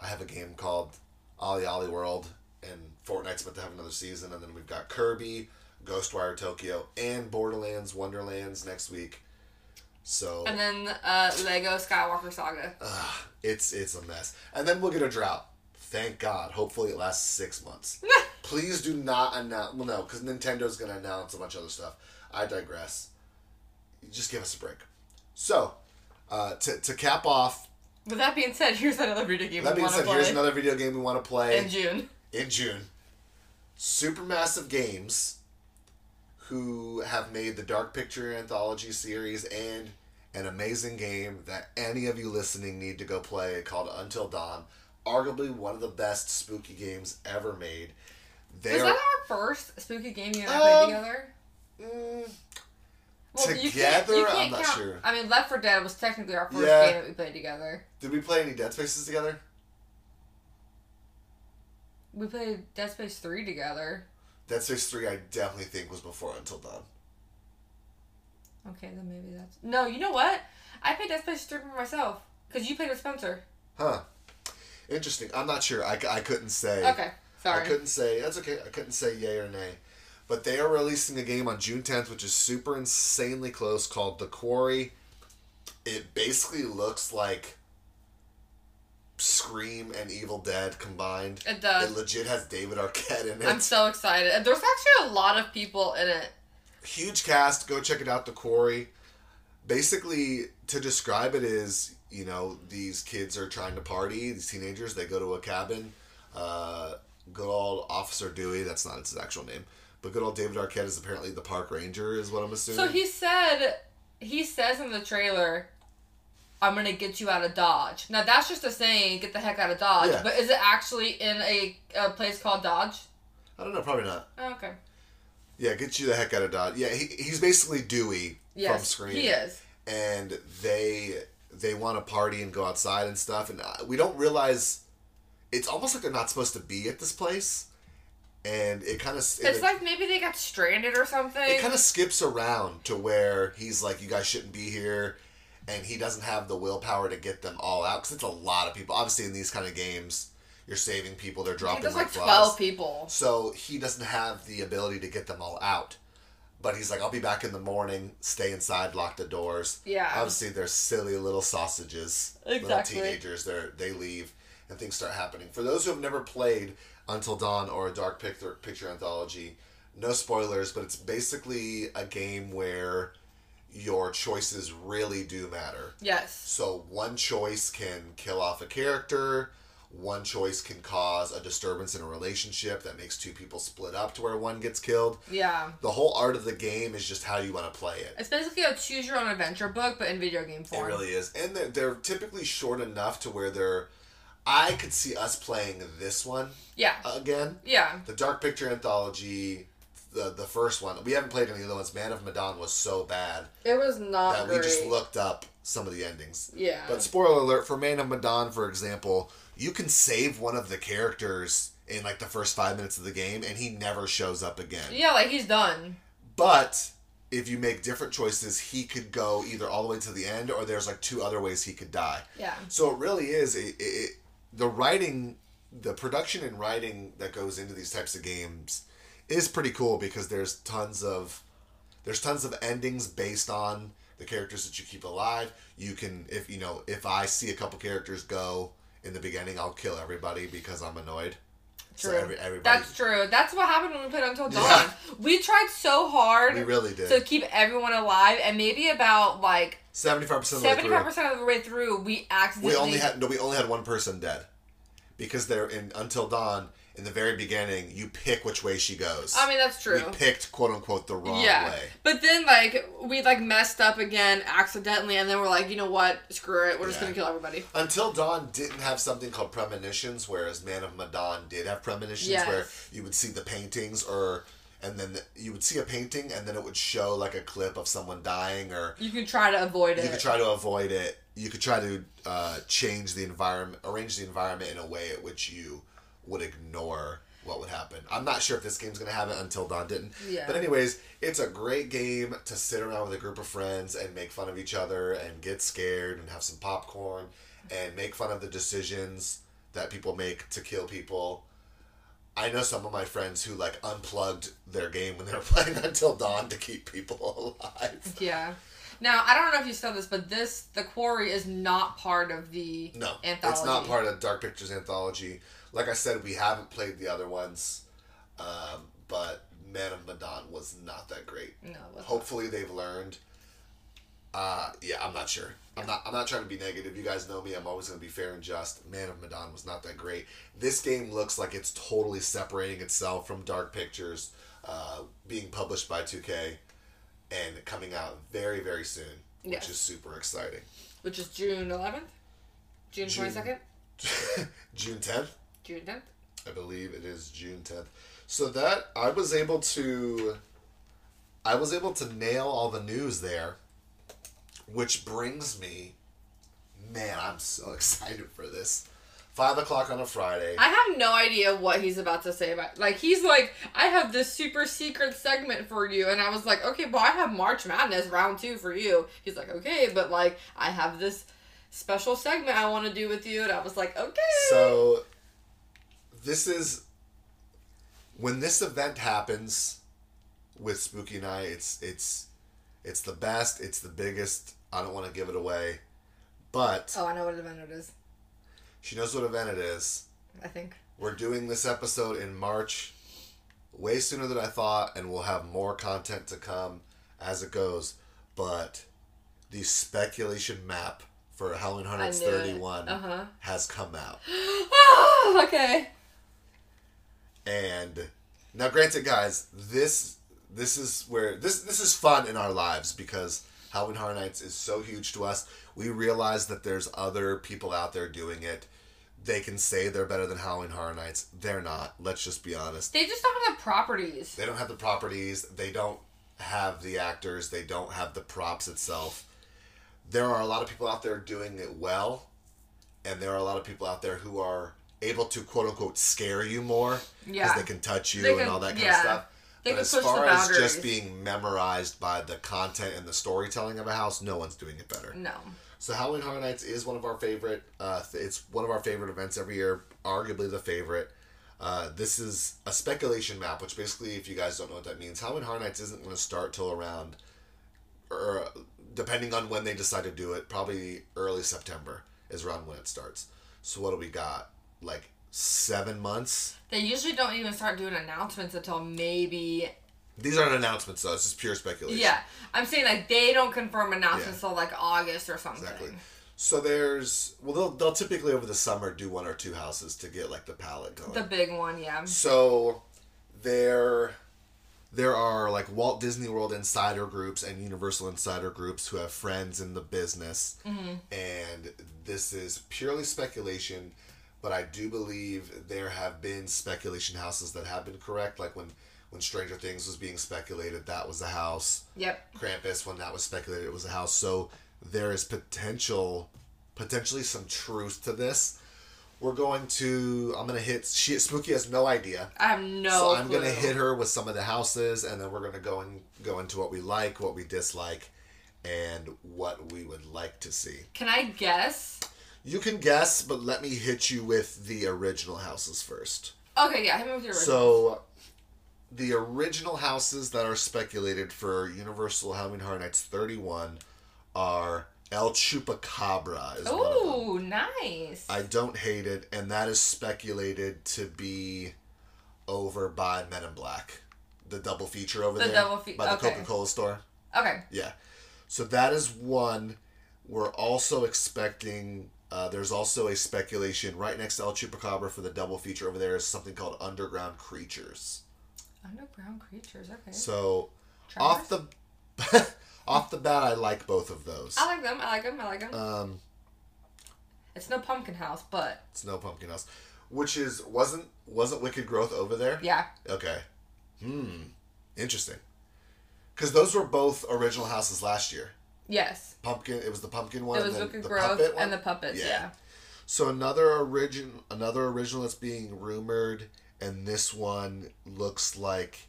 [SPEAKER 2] I have a game called Ollie Ollie World, and Fortnite's about to have another season, and then we've got Kirby, Ghostwire Tokyo, and Borderlands Wonderlands next week. So
[SPEAKER 1] and then uh, Lego Skywalker Saga.
[SPEAKER 2] Ugh, it's it's a mess. And then we'll get a drought. Thank God. Hopefully it lasts six months. Please do not announce. Well, no, because Nintendo's going to announce a bunch of other stuff. I digress. Just give us a break. So, uh, to, to cap off,
[SPEAKER 1] With that being said, here's another video game
[SPEAKER 2] that
[SPEAKER 1] we
[SPEAKER 2] being
[SPEAKER 1] want to
[SPEAKER 2] said,
[SPEAKER 1] play
[SPEAKER 2] here's another video game we want to play
[SPEAKER 1] in June.
[SPEAKER 2] in June. Supermassive Games, who have made the Dark Picture Anthology series and an amazing game that any of you listening need to go play called Until Dawn, arguably one of the best spooky games ever made. They
[SPEAKER 1] Was
[SPEAKER 2] are
[SPEAKER 1] that our first spooky game you and I played
[SPEAKER 2] Um,
[SPEAKER 1] together?
[SPEAKER 2] mm,
[SPEAKER 1] can't-
[SPEAKER 2] together? I'm not
[SPEAKER 1] count-
[SPEAKER 2] sure.
[SPEAKER 1] I mean, Left 4 Dead was technically our first
[SPEAKER 2] Yeah.
[SPEAKER 1] game that we played together.
[SPEAKER 2] Did we play any Dead Spaces together?
[SPEAKER 1] We played Dead Space 3 together.
[SPEAKER 2] Dead Space Three, I definitely think was before Until Dawn.
[SPEAKER 1] Okay, then maybe that's. No, you know what? I played Dead Space 3 for myself. Because you played with Spencer.
[SPEAKER 2] Huh. Interesting. I'm not sure. I, c- I couldn't say.
[SPEAKER 1] Okay,
[SPEAKER 2] I
[SPEAKER 1] sorry.
[SPEAKER 2] couldn't say. That's okay. I couldn't say yay or nay. But they are releasing a game on June 10th, which is super insanely close, called The Quarry. It basically looks like Scream and Evil Dead combined.
[SPEAKER 1] It
[SPEAKER 2] It
[SPEAKER 1] does.
[SPEAKER 2] legit has David Arquette in it.
[SPEAKER 1] I'm so excited. There's actually a lot of people in it.
[SPEAKER 2] Huge cast. Go check it out, The Quarry. Basically, to describe it is, you know, these kids are trying to party. These teenagers, they go to a cabin. Uh, good old Officer Dewey. That's not his actual name, but good old David Arquette is apparently the park ranger, is what I'm assuming.
[SPEAKER 1] So he said, he says in the trailer, "I'm gonna get you out of Dodge." Now that's just a saying, "Get the heck out of Dodge."
[SPEAKER 2] Yeah.
[SPEAKER 1] But is it actually in a, a place called Dodge?
[SPEAKER 2] I don't know, probably not.
[SPEAKER 1] Oh, okay.
[SPEAKER 2] Yeah, get you the heck out of Dodge. Yeah, he, he's basically Dewey
[SPEAKER 1] Yes,
[SPEAKER 2] from Scream.
[SPEAKER 1] he is.
[SPEAKER 2] and they they want to party and go outside and stuff and uh, we don't realize it's almost like they're not supposed to be at this place and it kind of
[SPEAKER 1] It's
[SPEAKER 2] it,
[SPEAKER 1] like maybe they got stranded or something.
[SPEAKER 2] it kind of skips around to where he's like you guys shouldn't be here and he doesn't have the willpower to get them all out because it's a lot of people obviously in these kind of games you're saving people they're dropping
[SPEAKER 1] There's
[SPEAKER 2] like
[SPEAKER 1] like
[SPEAKER 2] flies
[SPEAKER 1] twelve people.
[SPEAKER 2] so he doesn't have the ability to get them all out But he's like, I'll be back in the morning. Stay inside, lock the doors.
[SPEAKER 1] Yeah.
[SPEAKER 2] Obviously, they're silly little sausages. Little
[SPEAKER 1] Exactly.
[SPEAKER 2] teenagers. They are they leave, and things start happening. For those who have never played Until Dawn or a Dark Picture Picture Anthology, no spoilers, but it's basically a game where your choices really do matter.
[SPEAKER 1] Yes.
[SPEAKER 2] So one choice can kill off a character. One choice can cause a disturbance in a relationship that makes two people split up to where one gets killed.
[SPEAKER 1] Yeah.
[SPEAKER 2] The whole art of the game is just how you want to play it.
[SPEAKER 1] It's basically a choose your own adventure book, but in video game
[SPEAKER 2] It
[SPEAKER 1] form.
[SPEAKER 2] really is. And they're, they're typically short enough to where they're. I could see us playing this one
[SPEAKER 1] yeah.
[SPEAKER 2] again.
[SPEAKER 1] yeah.
[SPEAKER 2] The Dark Picture Anthology, the, the first one. We haven't played any of the other ones. Man of Medan was so bad
[SPEAKER 1] It was not
[SPEAKER 2] that we just looked up some of the endings.
[SPEAKER 1] Yeah.
[SPEAKER 2] But spoiler alert for Man of Medan, for example, you can save one of the characters in like the first five minutes of the game, and he never shows up again.
[SPEAKER 1] yeah, like he's done.
[SPEAKER 2] But if you make different choices, he could go either all the way to the end, or there's like two other ways he could die.
[SPEAKER 1] Yeah.
[SPEAKER 2] So it really is it, it, it, the writing, the production and writing that goes into these types of games is pretty cool because there's tons of there's tons of endings based on the characters that you keep alive. You can if you know if I see a couple characters go in the beginning, I'll kill everybody because I'm annoyed. So
[SPEAKER 1] True.
[SPEAKER 2] every, everybody
[SPEAKER 1] That's true. That's what happened when we played Until Dawn.
[SPEAKER 2] Yeah.
[SPEAKER 1] We tried so hard
[SPEAKER 2] we really did.
[SPEAKER 1] to keep everyone alive, and maybe about like
[SPEAKER 2] Seventy five percent of the way
[SPEAKER 1] seventy
[SPEAKER 2] through.
[SPEAKER 1] five percent of the way through, we
[SPEAKER 2] We
[SPEAKER 1] accidentally.
[SPEAKER 2] only had no. We only had one person dead, because they're in until dawn. In the very beginning, you pick which way she goes.
[SPEAKER 1] I mean, that's true.
[SPEAKER 2] We picked quote unquote the wrong
[SPEAKER 1] yeah,
[SPEAKER 2] way.
[SPEAKER 1] but then like we like messed up again accidentally, and then we're like, you know what? Screw it. We're just
[SPEAKER 2] Yeah.
[SPEAKER 1] gonna kill everybody.
[SPEAKER 2] Until Dawn didn't have something called premonitions, whereas Man of Medan did have premonitions,
[SPEAKER 1] Yes.
[SPEAKER 2] where you would see the paintings or. And then the- you would see a painting, and then it would show like a clip of someone dying, or
[SPEAKER 1] You can try to avoid it.
[SPEAKER 2] you could try to avoid it. You could try to uh, change the environment, arrange the environment in a way at which you would ignore what would happen. I'm not sure if this game's gonna have it until Dawn didn't.
[SPEAKER 1] Yeah.
[SPEAKER 2] But anyways, it's a great game to sit around with a group of friends and make fun of each other and get scared and have some popcorn and make fun of the decisions that people make to kill people. I know some of my friends who like unplugged their game when they were playing Until Dawn to keep people alive.
[SPEAKER 1] Yeah. Now I don't know if you saw this, but this the quarry is not part of the
[SPEAKER 2] No,
[SPEAKER 1] anthology.
[SPEAKER 2] it's not part of Dark Pictures anthology. Like I said, we haven't played the other ones, um, but Man of Medan was not that great.
[SPEAKER 1] No. it wasn't.
[SPEAKER 2] Hopefully, they've learned. Uh, yeah, I'm not sure. I'm not. I'm not trying to be negative. You guys know me. I'm always going to be fair and just. Man of Medan was not that great. This game looks like it's totally separating itself from Dark Pictures, uh, being published by 2K, and coming out very very soon,
[SPEAKER 1] Yes.
[SPEAKER 2] which is super exciting.
[SPEAKER 1] Which is June eleventh, June twenty
[SPEAKER 2] June.
[SPEAKER 1] second,
[SPEAKER 2] June 10th.
[SPEAKER 1] June tenth.
[SPEAKER 2] I believe it is June 10th. So that I was able to I was able to nail all the news there, which brings me man, I'm so excited for this. Five o'clock on a Friday.
[SPEAKER 1] I have no idea what he's about to say about. Like he's like, I have this super secret segment for you, and I was like, okay, well, I have March Madness round two for you. He's like, okay, but like I have this special segment I want to do with you, and I was like, okay.
[SPEAKER 2] So this is when this event happens with Spooky Night, it's it's it's the best, it's the biggest. I don't want to give it away. But
[SPEAKER 1] oh, I know what event it is.
[SPEAKER 2] she knows what event it is.
[SPEAKER 1] I think.
[SPEAKER 2] We're doing this episode in March, way sooner than I thought, and we'll have more content to come as it goes. But the speculation map for Helen Hunters
[SPEAKER 1] I knew it.
[SPEAKER 2] 31
[SPEAKER 1] Uh-huh.
[SPEAKER 2] has come out.
[SPEAKER 1] Ah, okay.
[SPEAKER 2] And now granted guys, this this is where this this is fun in our lives because Halloween Horror Nights is so huge to us. We realize that there's other people out there doing it. They can say they're better than Halloween Horror Nights. They're not. Let's just be honest.
[SPEAKER 1] They just don't have the properties.
[SPEAKER 2] They don't have the properties. They don't have the actors. They don't have the props itself. There are a lot of people out there doing it well, and there are a lot of people out there who are able to quote unquote scare you more because
[SPEAKER 1] Yeah.
[SPEAKER 2] they can touch you
[SPEAKER 1] They
[SPEAKER 2] and
[SPEAKER 1] can-
[SPEAKER 2] all that kind
[SPEAKER 1] yeah.
[SPEAKER 2] of stuff.
[SPEAKER 1] They
[SPEAKER 2] but
[SPEAKER 1] can
[SPEAKER 2] as
[SPEAKER 1] push the
[SPEAKER 2] far as just
[SPEAKER 1] boundaries.
[SPEAKER 2] being memorized by the content and the storytelling of a house, no one's doing it better.
[SPEAKER 1] No.
[SPEAKER 2] So Halloween Horror Nights is one of our favorite. Uh, th- it's one of our favorite events every year, arguably the favorite. Uh, this is a speculation map, which basically, if you guys don't know what that means, Halloween Horror Nights isn't going to start till around, or depending on when they decide to do it, probably early September is around when it starts. So what do we got? Like seven months.
[SPEAKER 1] They usually don't even start doing announcements until maybe
[SPEAKER 2] These aren't announcements, though. It's just pure speculation.
[SPEAKER 1] yeah. I'm saying like they don't confirm announcements till like August or something.
[SPEAKER 2] Exactly. So there's well, they'll they'll typically over the summer do one or two houses to get like the palette going.
[SPEAKER 1] The big one, yeah.
[SPEAKER 2] So there there are like Walt Disney World insider groups and Universal insider groups who have friends in the business. And this is purely speculation, but I do believe there have been speculation houses that have been correct like when when Stranger Things was being speculated, that was a house.
[SPEAKER 1] Yep.
[SPEAKER 2] Krampus when that was speculated it was a house. So there is potential, potentially some truth to this. We're going to. I'm gonna hit. She Spooky has no idea.
[SPEAKER 1] I have no
[SPEAKER 2] so I'm gonna
[SPEAKER 1] clue.
[SPEAKER 2] hit her with some of the houses, and then we're gonna go and go into what we like, what we dislike, and what we would like to see.
[SPEAKER 1] Can I guess?
[SPEAKER 2] You can guess, but let me hit you with the original houses first.
[SPEAKER 1] Okay, yeah, hit me with your original.
[SPEAKER 2] So, the original houses that are speculated for Universal Halloween Horror Nights 31 are El Chupacabra. Is one of them.
[SPEAKER 1] Ooh, nice.
[SPEAKER 2] I don't hate it, and that is speculated to be over by Men in Black, the double feature over
[SPEAKER 1] The
[SPEAKER 2] there,
[SPEAKER 1] double fe-
[SPEAKER 2] by the
[SPEAKER 1] okay.
[SPEAKER 2] Coca Cola store.
[SPEAKER 1] okay.
[SPEAKER 2] Yeah. So that is one. We're also expecting. Uh, there's also a speculation right next to El Chupacabra for the double feature over there is something called Underground Creatures.
[SPEAKER 1] Underground creatures, okay.
[SPEAKER 2] So
[SPEAKER 1] Tremors?
[SPEAKER 2] off the off the bat, I like both of those.
[SPEAKER 1] I like them, I like them, I like them.
[SPEAKER 2] Um,
[SPEAKER 1] it's no pumpkin house, but
[SPEAKER 2] it's no pumpkin house, which is wasn't wasn't Wicked Growth over there?
[SPEAKER 1] yeah.
[SPEAKER 2] Okay. Hmm. Interesting. Because those were both original houses last year.
[SPEAKER 1] Yes.
[SPEAKER 2] Pumpkin. It was the pumpkin one.
[SPEAKER 1] There was
[SPEAKER 2] and then
[SPEAKER 1] Wicked
[SPEAKER 2] the
[SPEAKER 1] Growth
[SPEAKER 2] puppet one.
[SPEAKER 1] and the puppets,
[SPEAKER 2] Yeah.
[SPEAKER 1] yeah.
[SPEAKER 2] So another origin, another original that's being rumored, and this one looks like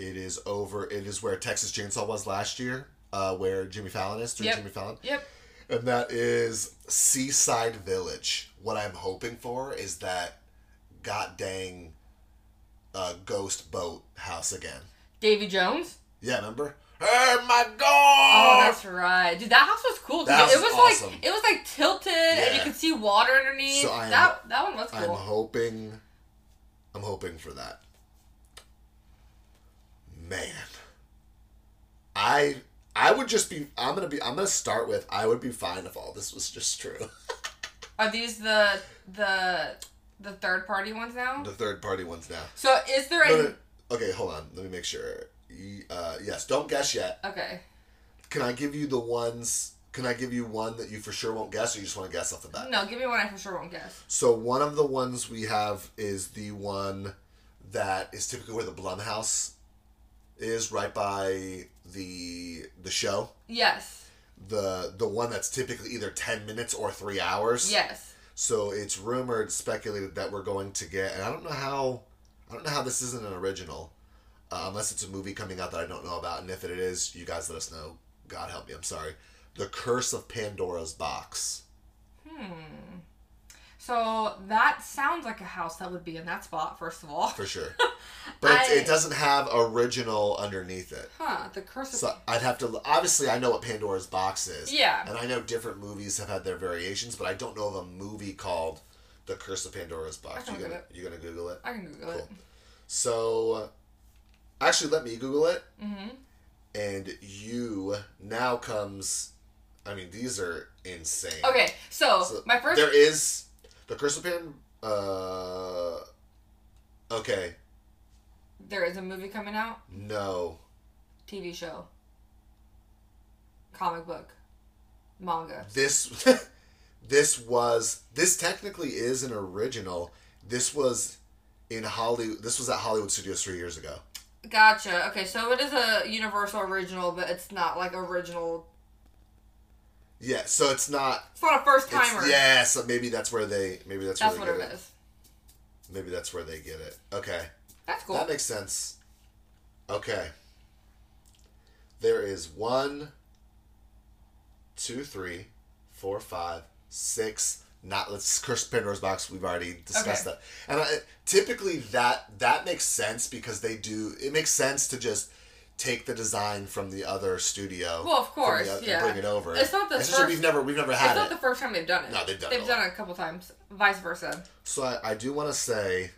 [SPEAKER 2] it is over. It is where Texas Chainsaw was last year, uh, where Jimmy Fallon is through
[SPEAKER 1] Yep.
[SPEAKER 2] Jimmy Fallon,
[SPEAKER 1] Yep.
[SPEAKER 2] and that is Seaside Village. What I'm hoping for is that god dang uh, ghost boat house again.
[SPEAKER 1] Davy Jones?
[SPEAKER 2] Yeah, remember? Hey, my god!
[SPEAKER 1] Oh, that's right. Dude, that house was cool. 'cause
[SPEAKER 2] That
[SPEAKER 1] it
[SPEAKER 2] house
[SPEAKER 1] was
[SPEAKER 2] was awesome.
[SPEAKER 1] like it was like tilted and you
[SPEAKER 2] Yeah.
[SPEAKER 1] could see water underneath.
[SPEAKER 2] So I am-
[SPEAKER 1] that that one was
[SPEAKER 2] I'm
[SPEAKER 1] cool.
[SPEAKER 2] hoping. I'm hoping for that. Man, I I would just be. I'm gonna be. I'm gonna start with. I would be fine if all this was just true.
[SPEAKER 1] Are these the the the third party ones now?
[SPEAKER 2] the third party ones now.
[SPEAKER 1] So is there
[SPEAKER 2] No,
[SPEAKER 1] a
[SPEAKER 2] no, okay, hold on. Let me make sure. Ye- Uh, yes, don't guess yet.
[SPEAKER 1] Okay.
[SPEAKER 2] Can I give you the ones? Can I give you one that you for sure won't guess, or you just want to guess off the bat?
[SPEAKER 1] No, give me one I for sure won't guess.
[SPEAKER 2] So one of the ones we have is the one that is typically where the Blumhouse is, right by the the show.
[SPEAKER 1] Yes.
[SPEAKER 2] The the one that's typically either ten minutes or three hours.
[SPEAKER 1] Yes.
[SPEAKER 2] So it's rumored, speculated that we're going to get, and I don't know how, I don't know how this isn't an original, uh, unless it's a movie coming out that I don't know about, and if it is, you guys let us know. God help me, I'm sorry. The Curse of Pandora's Box.
[SPEAKER 1] So that sounds like a house that would be in that spot, first of all.
[SPEAKER 2] for sure. But it's
[SPEAKER 1] I-
[SPEAKER 2] it doesn't have original underneath it.
[SPEAKER 1] Huh, the curse of
[SPEAKER 2] So I'd have to. l- Obviously, I know what Pandora's box is.
[SPEAKER 1] Yeah.
[SPEAKER 2] And I know different movies have had their variations, but I don't know of a movie called "The Curse of Pandora's Box."
[SPEAKER 1] can
[SPEAKER 2] You
[SPEAKER 1] look
[SPEAKER 2] gonna
[SPEAKER 1] it
[SPEAKER 2] you gonna Google it?
[SPEAKER 1] I can Google it.
[SPEAKER 2] Cool. So, uh, actually, let me Google it,
[SPEAKER 1] Mm-hmm.
[SPEAKER 2] and you now comes. I mean, these are insane.
[SPEAKER 1] Okay, so,
[SPEAKER 2] So
[SPEAKER 1] my first
[SPEAKER 2] There is the Curse of Pan. Uh, okay,
[SPEAKER 1] there is a movie coming out,
[SPEAKER 2] no.
[SPEAKER 1] TV show, comic book, manga.
[SPEAKER 2] this this was this technically is an original. This was in Hollywood. This was at Hollywood Studios three years ago.
[SPEAKER 1] Gotcha. Okay, so it is a Universal original, but it's not like original.
[SPEAKER 2] Yeah, so it's not.
[SPEAKER 1] It's not a first
[SPEAKER 2] It's,
[SPEAKER 1] timer.
[SPEAKER 2] yeah, so maybe that's where they maybe that's,
[SPEAKER 1] that's
[SPEAKER 2] where
[SPEAKER 1] what
[SPEAKER 2] they
[SPEAKER 1] it
[SPEAKER 2] get it.
[SPEAKER 1] is.
[SPEAKER 2] Maybe that's where they get it. Okay,
[SPEAKER 1] That's cool.
[SPEAKER 2] that makes sense. Okay, there is one, two, three, four, five, six, Not let's curse Pandora's box. We've already discussed that. And I, typically that that makes sense because they do. It makes sense to just take the design from the other studio.
[SPEAKER 1] Well, of
[SPEAKER 2] from the
[SPEAKER 1] course,
[SPEAKER 2] oth- and
[SPEAKER 1] yeah.
[SPEAKER 2] Bring it over.
[SPEAKER 1] It's not the
[SPEAKER 2] Especially
[SPEAKER 1] first-
[SPEAKER 2] we've never we've never
[SPEAKER 1] It's
[SPEAKER 2] had
[SPEAKER 1] not
[SPEAKER 2] it.
[SPEAKER 1] the first time they've done it.
[SPEAKER 2] No, they've done it
[SPEAKER 1] They've
[SPEAKER 2] a
[SPEAKER 1] done it a couple times. Vice versa.
[SPEAKER 2] So I, I do want to say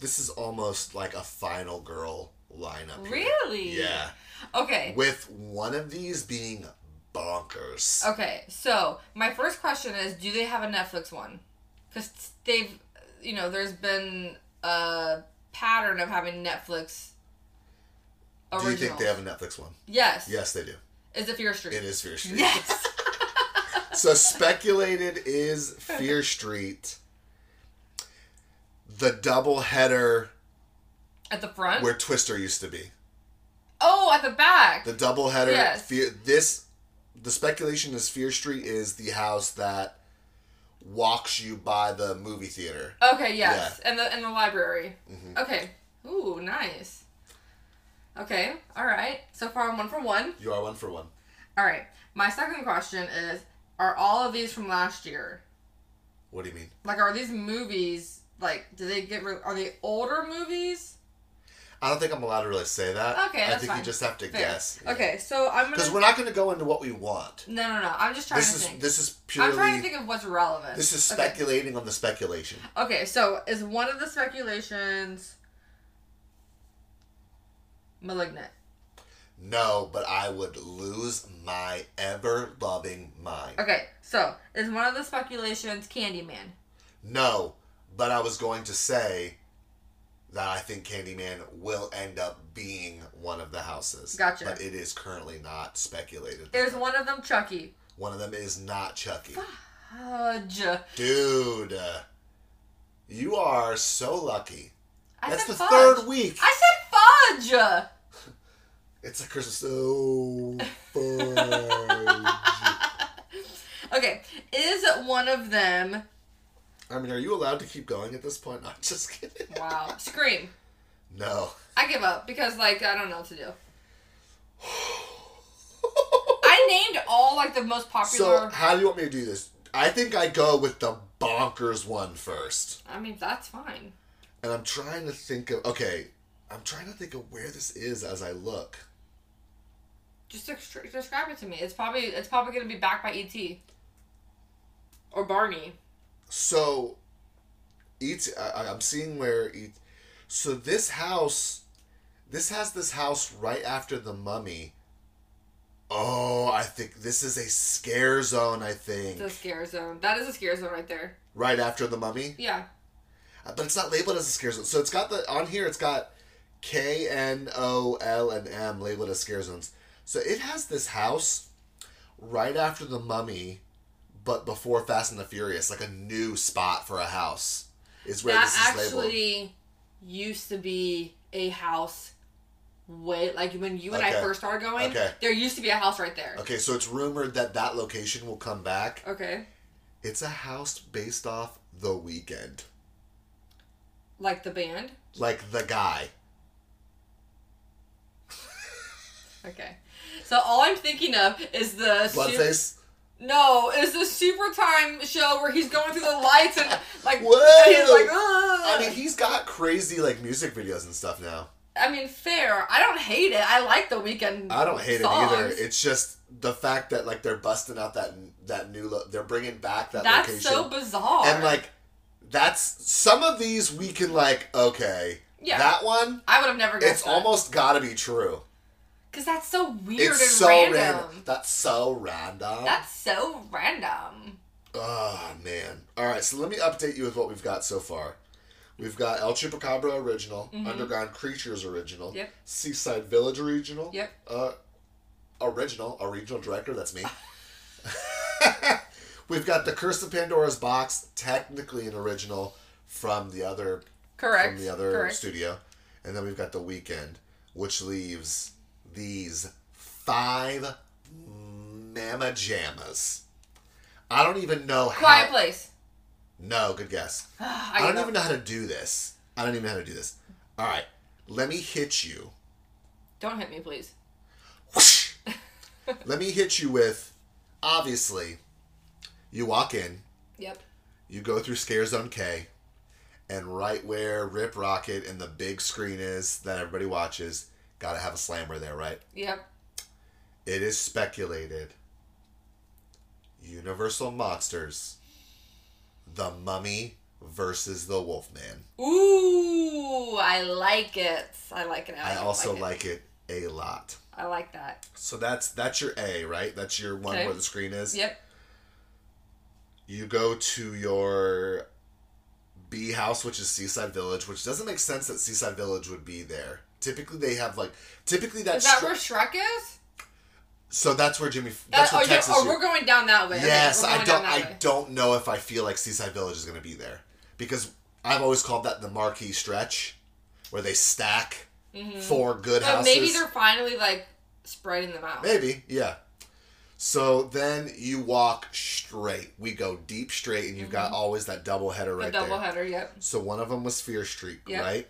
[SPEAKER 2] this is almost like a final girl lineup. here.
[SPEAKER 1] Really?
[SPEAKER 2] Yeah.
[SPEAKER 1] Okay.
[SPEAKER 2] With one of these being bonkers.
[SPEAKER 1] Okay, so my first question is, do they have a Netflix one? Because they've, you know, there's been a pattern of having Netflix.
[SPEAKER 2] do you think
[SPEAKER 1] originals.
[SPEAKER 2] they have a Netflix one?
[SPEAKER 1] Yes.
[SPEAKER 2] Yes, they do.
[SPEAKER 1] Is it Fear Street?
[SPEAKER 2] It is Fear Street.
[SPEAKER 1] Yes.
[SPEAKER 2] So speculated is Fear Street. The double header
[SPEAKER 1] at the front.
[SPEAKER 2] where Twister used to be.
[SPEAKER 1] oh, at the back.
[SPEAKER 2] The double header.
[SPEAKER 1] Yes.
[SPEAKER 2] Fear, this the speculation is Fear Street is the house that walks you by the movie theater.
[SPEAKER 1] okay. Yes. And the and the library.
[SPEAKER 2] Mm-hmm.
[SPEAKER 1] Okay. Ooh, nice. Okay. All right. So far, I'm one for one.
[SPEAKER 2] You are one for one.
[SPEAKER 1] All right. My second question is, are all of these from last year?
[SPEAKER 2] What do you mean?
[SPEAKER 1] Like, are these movies like? Do they get? Re- are they older movies?
[SPEAKER 2] I don't think I'm allowed to really say that.
[SPEAKER 1] Okay,
[SPEAKER 2] I
[SPEAKER 1] that's
[SPEAKER 2] think you
[SPEAKER 1] fine.
[SPEAKER 2] just have to
[SPEAKER 1] Fair.
[SPEAKER 2] guess.
[SPEAKER 1] Okay, so I'm
[SPEAKER 2] Because
[SPEAKER 1] gonna.
[SPEAKER 2] we're not going to go into what we want.
[SPEAKER 1] no, no, no. I'm just trying
[SPEAKER 2] This
[SPEAKER 1] to
[SPEAKER 2] is
[SPEAKER 1] think.
[SPEAKER 2] this is
[SPEAKER 1] I'm trying to
[SPEAKER 2] purely
[SPEAKER 1] think of what's relevant.
[SPEAKER 2] this is
[SPEAKER 1] Okay.
[SPEAKER 2] speculating on the speculation.
[SPEAKER 1] okay, so is one of the speculations malignant?
[SPEAKER 2] No, but I would lose my ever loving mind.
[SPEAKER 1] Okay, so is one of the speculations Candyman?
[SPEAKER 2] No, but I was going to say that I think Candyman will end up being one of the houses.
[SPEAKER 1] Gotcha.
[SPEAKER 2] But it is currently not speculated.
[SPEAKER 1] Is one of them Chucky?
[SPEAKER 2] One of them is not Chucky.
[SPEAKER 1] Fudge.
[SPEAKER 2] Dude, uh, you are so lucky.
[SPEAKER 1] I
[SPEAKER 2] That's
[SPEAKER 1] said
[SPEAKER 2] the
[SPEAKER 1] fudge.
[SPEAKER 2] third week.
[SPEAKER 1] I said fudge.
[SPEAKER 2] It's a Christmas. So fudge.
[SPEAKER 1] Okay, is one of them?
[SPEAKER 2] I mean, are you allowed to keep going at this point? I'm just kidding.
[SPEAKER 1] Wow, scream.
[SPEAKER 2] No.
[SPEAKER 1] I give up because like I don't know what to do. I named all like the most
[SPEAKER 2] So,
[SPEAKER 1] popular.
[SPEAKER 2] how do you want me to do this? I think I go with the bonkers one first.
[SPEAKER 1] I mean that's fine.
[SPEAKER 2] And I'm trying to think of. Okay. I'm trying to think of where this is as I look.
[SPEAKER 1] Just extra- describe it to me. It's probably it's probably gonna be back by ET or Barney.
[SPEAKER 2] So, each I, I'm seeing where each. So this house, this has this house right after the mummy. Oh, I think this is a scare zone. I
[SPEAKER 1] It's
[SPEAKER 2] think
[SPEAKER 1] a scare zone. That is a scare zone right there.
[SPEAKER 2] right after the mummy,
[SPEAKER 1] Yeah.
[SPEAKER 2] Uh, but it's not labeled as a scare zone. So it's got the on here. It's got K N O L and M labeled as scare zones. So it has this house right after the mummy, but before Fast and the Furious, like a new spot for a house. Is where
[SPEAKER 1] that
[SPEAKER 2] this is labeled.
[SPEAKER 1] actually used to be a house. Wait, like when you and I
[SPEAKER 2] Okay.
[SPEAKER 1] first started going,
[SPEAKER 2] Okay.
[SPEAKER 1] there used to be a house right there.
[SPEAKER 2] Okay, so it's rumored that that location will come back.
[SPEAKER 1] okay.
[SPEAKER 2] It's a house based off The Weekend,
[SPEAKER 1] Like the band.
[SPEAKER 2] like the guy.
[SPEAKER 1] Okay. So all I'm thinking of is the super,
[SPEAKER 2] Bloodface.
[SPEAKER 1] no, is the Super Time show where he's going through the lights and like
[SPEAKER 2] Whoa!
[SPEAKER 1] and he's like,
[SPEAKER 2] I
[SPEAKER 1] I
[SPEAKER 2] mean,
[SPEAKER 1] mean,
[SPEAKER 2] he's got crazy like music videos and stuff now.
[SPEAKER 1] I mean, fair. I don't hate it. I like the weekend.
[SPEAKER 2] I don't hate
[SPEAKER 1] songs.
[SPEAKER 2] it either. It's just the fact that like they're busting out that that new lo- they're bringing back that
[SPEAKER 1] That's
[SPEAKER 2] location
[SPEAKER 1] so bizarre.
[SPEAKER 2] and like that's some of these we can like okay
[SPEAKER 1] Yeah.
[SPEAKER 2] that one
[SPEAKER 1] I would have never guessed.
[SPEAKER 2] it's almost got to be true.
[SPEAKER 1] because that's so weird
[SPEAKER 2] It's
[SPEAKER 1] and
[SPEAKER 2] so
[SPEAKER 1] random.
[SPEAKER 2] random. That's so random.
[SPEAKER 1] That's so random.
[SPEAKER 2] Oh man. All right, so let me update you with what we've got so far. We've got El Chupacabra original, Underground Creatures original,
[SPEAKER 1] Mm-hmm. Yep.
[SPEAKER 2] Seaside Village original,
[SPEAKER 1] Yep.
[SPEAKER 2] uh, original, original director, that's me. we've got The Curse of Pandora's Box, technically an original from the other
[SPEAKER 1] Correct.
[SPEAKER 2] from the other
[SPEAKER 1] Correct.
[SPEAKER 2] studio, and then we've got The Weekend, which leaves these five mamma jammas. I don't even know how.
[SPEAKER 1] Quiet place.
[SPEAKER 2] No, good guess.
[SPEAKER 1] I,
[SPEAKER 2] I,
[SPEAKER 1] give
[SPEAKER 2] don't
[SPEAKER 1] up.
[SPEAKER 2] even know how to do this. I don't even know how to do this. All right, let me hit you.
[SPEAKER 1] Don't hit me, please.
[SPEAKER 2] Whoosh! let me hit you with, obviously, You walk in,
[SPEAKER 1] Yep.
[SPEAKER 2] you go through Scare Zone K, and right where Rip Rocket and the big screen is that everybody watches, gotta have a slammer there, right?
[SPEAKER 1] Yep.
[SPEAKER 2] It is speculated. Universal Monsters, The Mummy versus the Wolfman.
[SPEAKER 1] Ooh, I like it. I like it.
[SPEAKER 2] Oh, I also
[SPEAKER 1] it.
[SPEAKER 2] like it a lot.
[SPEAKER 1] I like that.
[SPEAKER 2] So that's that's your A, right? That's your one
[SPEAKER 1] Okay.
[SPEAKER 2] where the screen is.
[SPEAKER 1] Yep.
[SPEAKER 2] You go to your B house, which is Seaside Village, which doesn't make sense that Seaside Village would be there. Typically, they have like typically that.
[SPEAKER 1] Is that
[SPEAKER 2] stri-
[SPEAKER 1] where Shrek is?
[SPEAKER 2] so that's where Jimmy.
[SPEAKER 1] That,
[SPEAKER 2] That's where
[SPEAKER 1] oh, yeah,
[SPEAKER 2] Texas.
[SPEAKER 1] oh,
[SPEAKER 2] U-
[SPEAKER 1] we're going down that way. Okay,
[SPEAKER 2] Yes,
[SPEAKER 1] we're
[SPEAKER 2] I
[SPEAKER 1] going down
[SPEAKER 2] don't.
[SPEAKER 1] that
[SPEAKER 2] I
[SPEAKER 1] way.
[SPEAKER 2] don't know if I feel like Seaside Village is going to be there because I've always called that the marquee stretch, where they stack four good
[SPEAKER 1] Mm-hmm. But
[SPEAKER 2] houses.
[SPEAKER 1] maybe they're finally like spreading them out.
[SPEAKER 2] Maybe, yeah. So then you walk straight. We go deep straight, and you've got always that double header
[SPEAKER 1] Mm-hmm. The
[SPEAKER 2] right
[SPEAKER 1] double
[SPEAKER 2] there.
[SPEAKER 1] header. Yep.
[SPEAKER 2] So one of them was Fear Street,
[SPEAKER 1] Yeah.
[SPEAKER 2] right?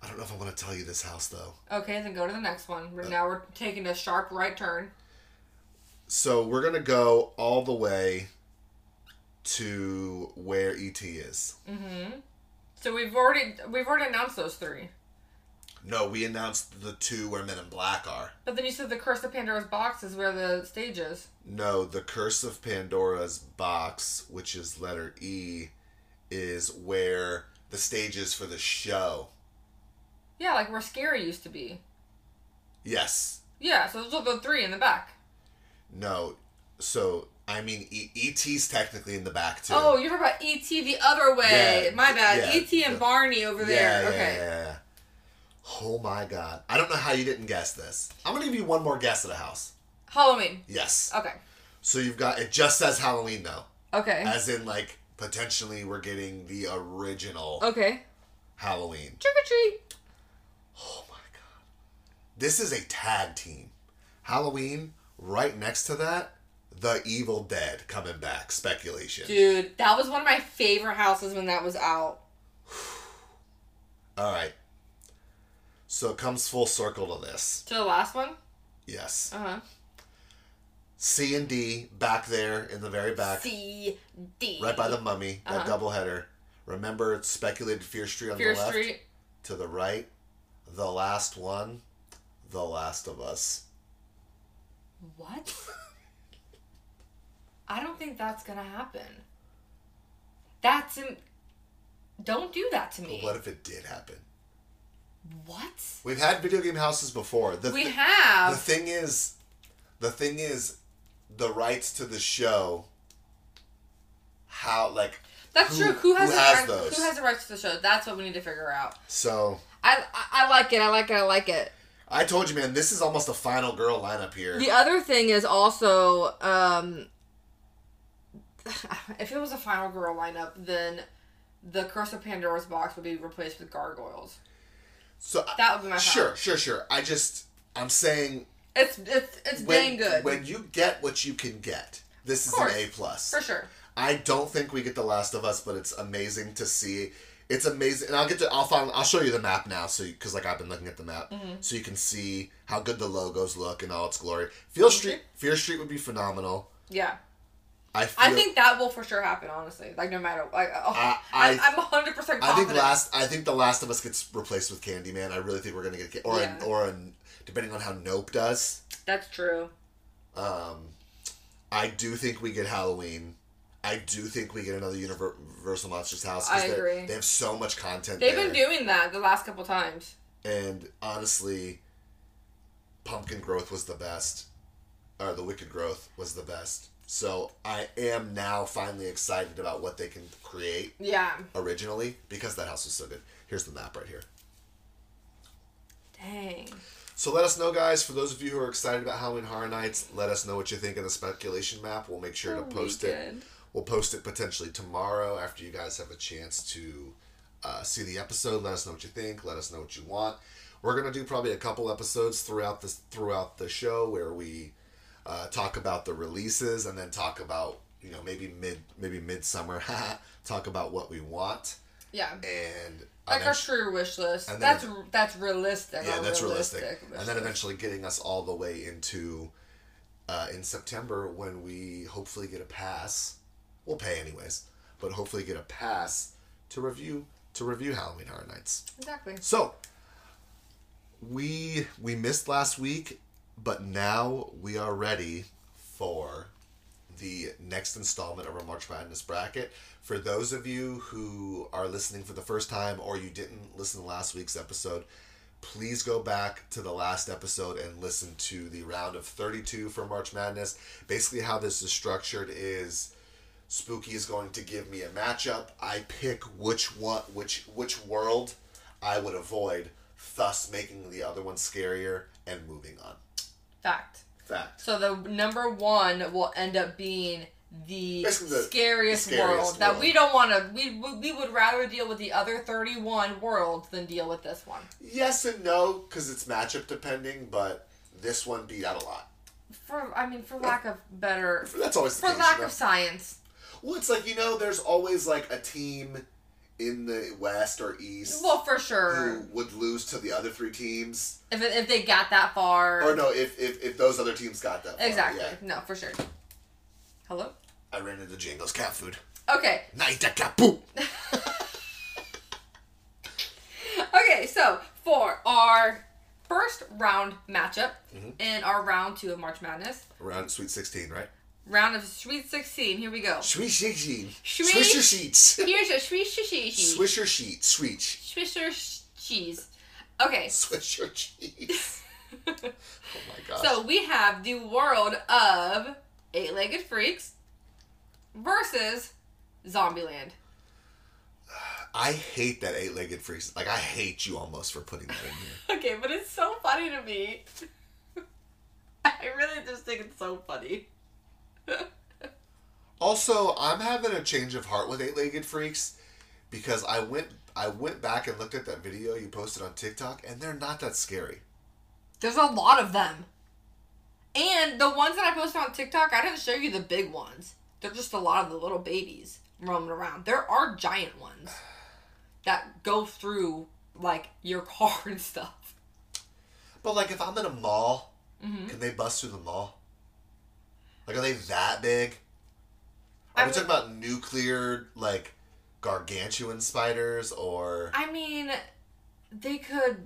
[SPEAKER 2] I don't know if I want to tell you this house though.
[SPEAKER 1] Okay, then go to the next one.
[SPEAKER 2] Uh,
[SPEAKER 1] We're- Now we're taking a sharp right turn.
[SPEAKER 2] So we're gonna go all the way to where ET is.
[SPEAKER 1] So we've already we've already announced those three.
[SPEAKER 2] No, we announced the two where Men in Black are.
[SPEAKER 1] But then you said the Curse of Pandora's box is where the stage is.
[SPEAKER 2] No, the Curse of Pandora's box, which is letter E, is where the stage is for the show.
[SPEAKER 1] Yeah, like where Scary used to be.
[SPEAKER 2] Yes.
[SPEAKER 1] Yeah, so those are the three in the back.
[SPEAKER 2] No. So I mean, e- ET's technically in the back too.
[SPEAKER 1] Oh, you're talking about E.T. the other way.
[SPEAKER 2] Yeah,
[SPEAKER 1] My bad.
[SPEAKER 2] yeah,
[SPEAKER 1] E.T. and
[SPEAKER 2] the-
[SPEAKER 1] Barney over there.
[SPEAKER 2] Yeah,
[SPEAKER 1] okay.
[SPEAKER 2] yeah, yeah, yeah. Oh my God! I don't know how you didn't guess this. I'm gonna give you one more guess at a house.
[SPEAKER 1] Halloween.
[SPEAKER 2] Yes.
[SPEAKER 1] Okay.
[SPEAKER 2] So you've got it. Just says Halloween though,
[SPEAKER 1] Okay.
[SPEAKER 2] as in like potentially we're getting the original
[SPEAKER 1] okay.
[SPEAKER 2] Halloween.
[SPEAKER 1] Trick or treat.
[SPEAKER 2] Oh my god. This is a tag team. Halloween, right next to that, The Evil Dead coming back. Speculation.
[SPEAKER 1] Dude, that was one of my favorite houses when that was out.
[SPEAKER 2] All right. So it comes full circle to this.
[SPEAKER 1] To the last one?
[SPEAKER 2] Yes.
[SPEAKER 1] Uh huh.
[SPEAKER 2] C and D back there in the very back,
[SPEAKER 1] C D.
[SPEAKER 2] right by the mummy, that
[SPEAKER 1] Uh-huh.
[SPEAKER 2] doubleheader. Remember, it's speculated Fear Street on
[SPEAKER 1] Fear
[SPEAKER 2] the left.
[SPEAKER 1] Street.
[SPEAKER 2] To the right, the last one, The Last of Us.
[SPEAKER 1] What? I don't think that's gonna happen. That's in. Don't do that to me.
[SPEAKER 2] But what if it did happen?
[SPEAKER 1] What?
[SPEAKER 2] We've had video game houses before. The
[SPEAKER 1] We
[SPEAKER 2] thi- the
[SPEAKER 1] have.
[SPEAKER 2] thing is the thing is the rights to the show how like
[SPEAKER 1] That's
[SPEAKER 2] who-
[SPEAKER 1] true. Who has,
[SPEAKER 2] who
[SPEAKER 1] the
[SPEAKER 2] has
[SPEAKER 1] right-
[SPEAKER 2] those?
[SPEAKER 1] Who has the rights to the show? That's what we need to figure out.
[SPEAKER 2] so
[SPEAKER 1] I, I I like it. I like it. I like it.
[SPEAKER 2] i told you man this is almost a final girl lineup here
[SPEAKER 1] The other thing is also, um, if it was a Final Girl lineup, then the Curse of Pandora's box would be replaced with gargoyles.
[SPEAKER 2] so I-
[SPEAKER 1] That would be my thought.
[SPEAKER 2] sure sure sure i just i'm saying
[SPEAKER 1] It's it's it's dang
[SPEAKER 2] when,
[SPEAKER 1] good
[SPEAKER 2] when you get what you can get this is
[SPEAKER 1] course.
[SPEAKER 2] an a plus
[SPEAKER 1] for sure.
[SPEAKER 2] i don't think we get the last of us but it's amazing to see it's amazing and i'll get to i'll find i'll show you the map now so because like i've been looking at the map
[SPEAKER 1] Mm-hmm.
[SPEAKER 2] so you can see how good the logos look in all its glory fear
[SPEAKER 1] Mm-hmm.
[SPEAKER 2] street fear street would be phenomenal
[SPEAKER 1] Yeah,
[SPEAKER 2] I feel,
[SPEAKER 1] I think that will for sure happen. Honestly, like no matter like oh,
[SPEAKER 2] I- I-
[SPEAKER 1] I, am I'm 100 percent
[SPEAKER 2] I
[SPEAKER 1] confident.
[SPEAKER 2] think last I think the Last of Us gets replaced with Candyman. I really think we're gonna get Ca- or
[SPEAKER 1] Yeah.
[SPEAKER 2] an, or an, depending on how Nope does.
[SPEAKER 1] That's true.
[SPEAKER 2] Um, I do think we get Halloween. I do think we get another Univer- Universal Monsters house. 'cause
[SPEAKER 1] I
[SPEAKER 2] they're-
[SPEAKER 1] agree.
[SPEAKER 2] They have so much content.
[SPEAKER 1] They've
[SPEAKER 2] there.
[SPEAKER 1] been doing that the last couple times.
[SPEAKER 2] and honestly, Pumpkin Growth was the best, or the Wicked Growth was the best. So I am now finally excited about what they can create.
[SPEAKER 1] Yeah.
[SPEAKER 2] originally because that house was so good. Here's the map right here.
[SPEAKER 1] Dang.
[SPEAKER 2] So let us know, guys. For those of you who are excited about Halloween Horror Nights, let us know what you think of the speculation map. We'll make sure to
[SPEAKER 1] That'll be
[SPEAKER 2] post it.
[SPEAKER 1] good.
[SPEAKER 2] We'll post it potentially tomorrow after you guys have a chance to uh, see the episode. Let us know what you think. Let us know what you want. We're gonna do probably a couple episodes throughout this throughout the show where we uh, talk about the releases and then talk about you know maybe mid maybe midsummer talk about what we want
[SPEAKER 1] Yeah.
[SPEAKER 2] and
[SPEAKER 1] Like our
[SPEAKER 2] eventually-
[SPEAKER 1] true wish list.
[SPEAKER 2] and then-
[SPEAKER 1] That's that's realistic.
[SPEAKER 2] Yeah,
[SPEAKER 1] our
[SPEAKER 2] that's realistic.
[SPEAKER 1] wish
[SPEAKER 2] And then
[SPEAKER 1] list.
[SPEAKER 2] eventually getting us all the way into uh, in September when we hopefully get a pass We'll pay anyways, but hopefully get a pass to review to review Halloween Horror Nights.
[SPEAKER 1] Exactly.
[SPEAKER 2] So we we missed last week, but now we are ready for the next installment of our March Madness bracket. For those of you who are listening for the first time or you didn't listen to last week's episode, please go back to the last episode and listen to the round of 32 for March Madness. Basically, how this is structured is Spooky is going to give me a matchup. I pick which one, which which world I would avoid, thus making the other one scarier and moving on.
[SPEAKER 1] Fact.
[SPEAKER 2] Fact.
[SPEAKER 1] So the number one will end up being the,
[SPEAKER 2] Basically the-
[SPEAKER 1] scariest,
[SPEAKER 2] the scariest
[SPEAKER 1] world, that
[SPEAKER 2] world.
[SPEAKER 1] we don't want to. We, we we would rather deal with the other thirty-one worlds than deal with this one.
[SPEAKER 2] Yes and no, because it's matchup depending, but this one beat out a lot.
[SPEAKER 1] For I mean, for lack of better,
[SPEAKER 2] That's always the
[SPEAKER 1] for
[SPEAKER 2] case,
[SPEAKER 1] lack
[SPEAKER 2] you know?
[SPEAKER 1] of science.
[SPEAKER 2] Well, it's like you know, there's always like a team in the West or East
[SPEAKER 1] Well, for sure,
[SPEAKER 2] who would lose to the other three teams,
[SPEAKER 1] if it- if they got that far,
[SPEAKER 2] or Oh, no, if if, if those other teams got that. far,
[SPEAKER 1] exactly.
[SPEAKER 2] yeah.
[SPEAKER 1] No, for sure. Hello.
[SPEAKER 2] I ran into Django's cat food.
[SPEAKER 1] Okay.
[SPEAKER 2] Night at Kapu.
[SPEAKER 1] Okay, so for our first round matchup in our round two of March Madness,
[SPEAKER 2] Around Sweet Sixteen, right?
[SPEAKER 1] round of Sweet 16, here we go.
[SPEAKER 2] Sweet Sixteen.
[SPEAKER 1] Sweet-
[SPEAKER 2] Swisher sheets.
[SPEAKER 1] Here's a sweet shishi.
[SPEAKER 2] Swisher sheets. Sweet.
[SPEAKER 1] Swisher sh- cheese. Okay,
[SPEAKER 2] Swisher cheese. oh my gosh.
[SPEAKER 1] so we have the world of eight legged freaks versus Zombieland.
[SPEAKER 2] I hate that eight-legged freaks. Like I hate you almost for putting that in here.
[SPEAKER 1] Okay, but it's so funny to me. I really just think it's so funny.
[SPEAKER 2] Also, I'm having a change of heart with eight-legged freaks because I went I went back and looked at that video you posted on TikTok and they're not that scary.
[SPEAKER 1] There's a lot of them. And the ones that I posted on TikTok, I didn't show you the big ones. They're just a lot of the little babies roaming around. There are giant ones that go through like your car and stuff.
[SPEAKER 2] But like if I'm in a mall,
[SPEAKER 1] Mm-hmm.
[SPEAKER 2] can they bust through the mall? Like are they that big?
[SPEAKER 1] I
[SPEAKER 2] Are we
[SPEAKER 1] would-
[SPEAKER 2] talking about nuclear like gargantuan spiders or
[SPEAKER 1] I mean, they could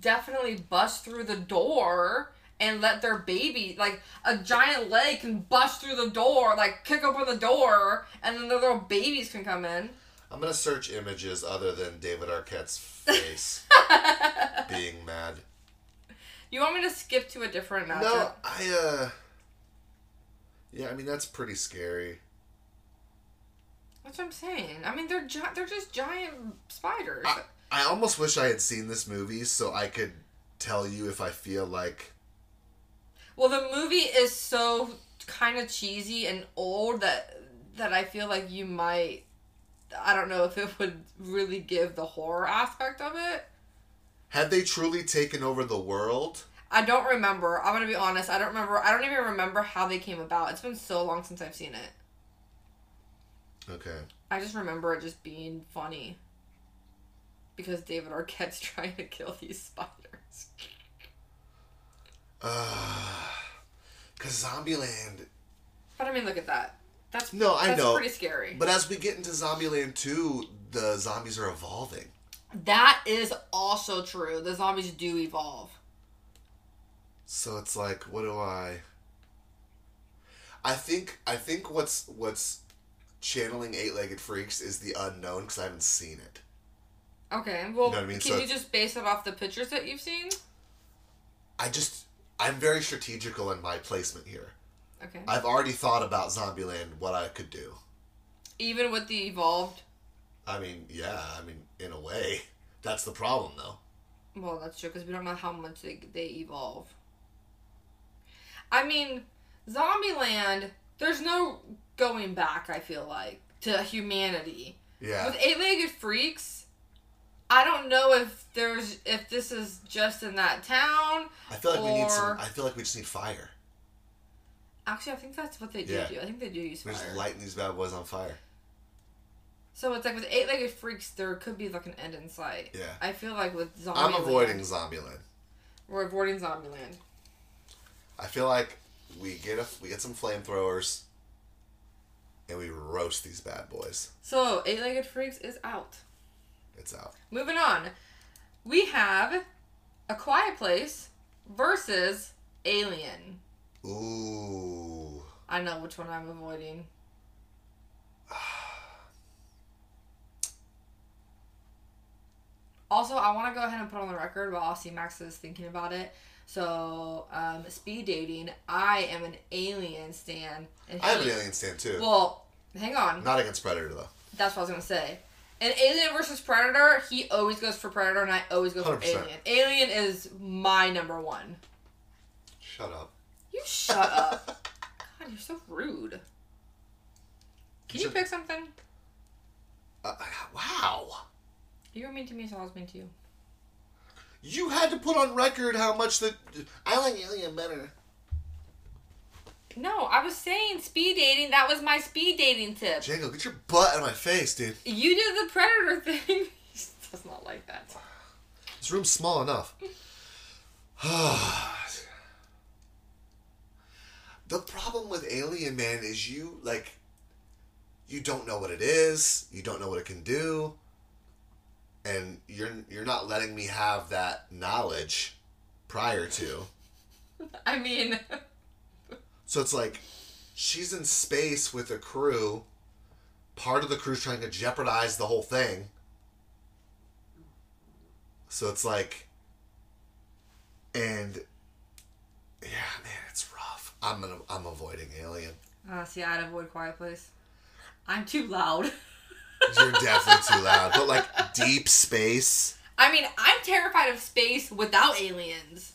[SPEAKER 1] definitely bust through the door and let their baby, like a giant leg, can bust through the door, like kick open the door, and then the little babies can come in.
[SPEAKER 2] I'm gonna search images other than David Arquette's face being mad.
[SPEAKER 1] You want me to skip to a different matchup?
[SPEAKER 2] No, I uh Yeah, I mean that's pretty scary.
[SPEAKER 1] That's what I'm saying. I mean, they're gi- they're just giant spiders.
[SPEAKER 2] I, I almost wish I had seen this movie so I could tell you if I feel like
[SPEAKER 1] well, the movie is so kind of cheesy and old that that I feel like you might. I don't know if it would really give the horror aspect of it.
[SPEAKER 2] had they truly taken over the world?
[SPEAKER 1] I don't remember. I'm gonna be honest. I don't remember. I don't even remember how they came about. It's been so long since I've seen it.
[SPEAKER 2] Okay.
[SPEAKER 1] I just remember it just being funny. Because David Arquette's trying to kill these spiders.
[SPEAKER 2] Cause Zombieland
[SPEAKER 1] But I mean, look at that. That's
[SPEAKER 2] No, I
[SPEAKER 1] that's
[SPEAKER 2] know.
[SPEAKER 1] pretty scary.
[SPEAKER 2] But as we get into Zombieland 2, the zombies are evolving.
[SPEAKER 1] That is also true. The zombies do evolve.
[SPEAKER 2] So it's like, what do I? I think I think what's what's channeling Eight Legged Freaks is the unknown because I haven't seen it.
[SPEAKER 1] Okay, well,
[SPEAKER 2] You know what I mean?
[SPEAKER 1] can
[SPEAKER 2] So-
[SPEAKER 1] you just base it off the pictures that you've seen?
[SPEAKER 2] I just I'm very strategical in my placement here.
[SPEAKER 1] Okay.
[SPEAKER 2] I've already thought about Zombieland, what I could do.
[SPEAKER 1] Even with the evolved,
[SPEAKER 2] I mean, yeah, I mean, in a way, that's the problem though.
[SPEAKER 1] well, that's true because we don't know how much they, they evolve. I mean, Zombieland, there's no going back, I feel like, to humanity.
[SPEAKER 2] Yeah,
[SPEAKER 1] With eight legged freaks, I don't know if there's if this is just in that town.
[SPEAKER 2] I feel like we need some.
[SPEAKER 1] or-
[SPEAKER 2] I feel like we just need fire.
[SPEAKER 1] Actually, I think that's what they do
[SPEAKER 2] Yeah.
[SPEAKER 1] do. I think they do use
[SPEAKER 2] We're
[SPEAKER 1] fire.
[SPEAKER 2] just lighting these bad boys on fire.
[SPEAKER 1] So it's like with eight legged freaks, there could be like an end in sight.
[SPEAKER 2] Yeah.
[SPEAKER 1] I feel like with zombie.
[SPEAKER 2] I'm avoiding Zombieland.
[SPEAKER 1] We're avoiding Zombieland.
[SPEAKER 2] I feel like we get a we get some flamethrowers. and we roast these bad boys.
[SPEAKER 1] So, Eight Legged Freaks is out.
[SPEAKER 2] It's out.
[SPEAKER 1] Moving on. We have A Quiet Place versus Alien.
[SPEAKER 2] Ooh.
[SPEAKER 1] I know which one I'm avoiding. Also, I want to go ahead and put on the record while Aussie Max is thinking about it. So, um, speed dating. I am an alien stan. And
[SPEAKER 2] I have an
[SPEAKER 1] he-
[SPEAKER 2] alien stand too.
[SPEAKER 1] Well, hang on.
[SPEAKER 2] Not against Predator though.
[SPEAKER 1] That's what I was gonna say. In Alien versus Predator, he always goes for Predator, and I always go for
[SPEAKER 2] 100%.
[SPEAKER 1] Alien. Alien is my number one.
[SPEAKER 2] Shut up.
[SPEAKER 1] You shut up. God, you're so rude. Can you
[SPEAKER 2] Sure.
[SPEAKER 1] pick something?
[SPEAKER 2] Uh, wow.
[SPEAKER 1] You were mean to me, so I was mean to you.
[SPEAKER 2] You had to put on record how much the I like Alien better.
[SPEAKER 1] No, I was saying speed dating. That was my speed dating tip.
[SPEAKER 2] Django, get your butt out of my face, dude.
[SPEAKER 1] You did the Predator thing. he does not like that.
[SPEAKER 2] This room's small enough. the problem with Alien Man is you like you don't know what it is, you don't know what it can do, and you're you're not letting me have that knowledge prior to.
[SPEAKER 1] I mean,
[SPEAKER 2] So it's like she's in space with a crew. Part of the crew's trying to jeopardize the whole thing. So it's like, and yeah, man, it's rough. I'm gonna, I'm avoiding Alien.
[SPEAKER 1] uh, see, I'd avoid Quiet Place. I'm too loud.
[SPEAKER 2] You're definitely too loud. But like deep space.
[SPEAKER 1] I mean, I'm terrified of space without aliens.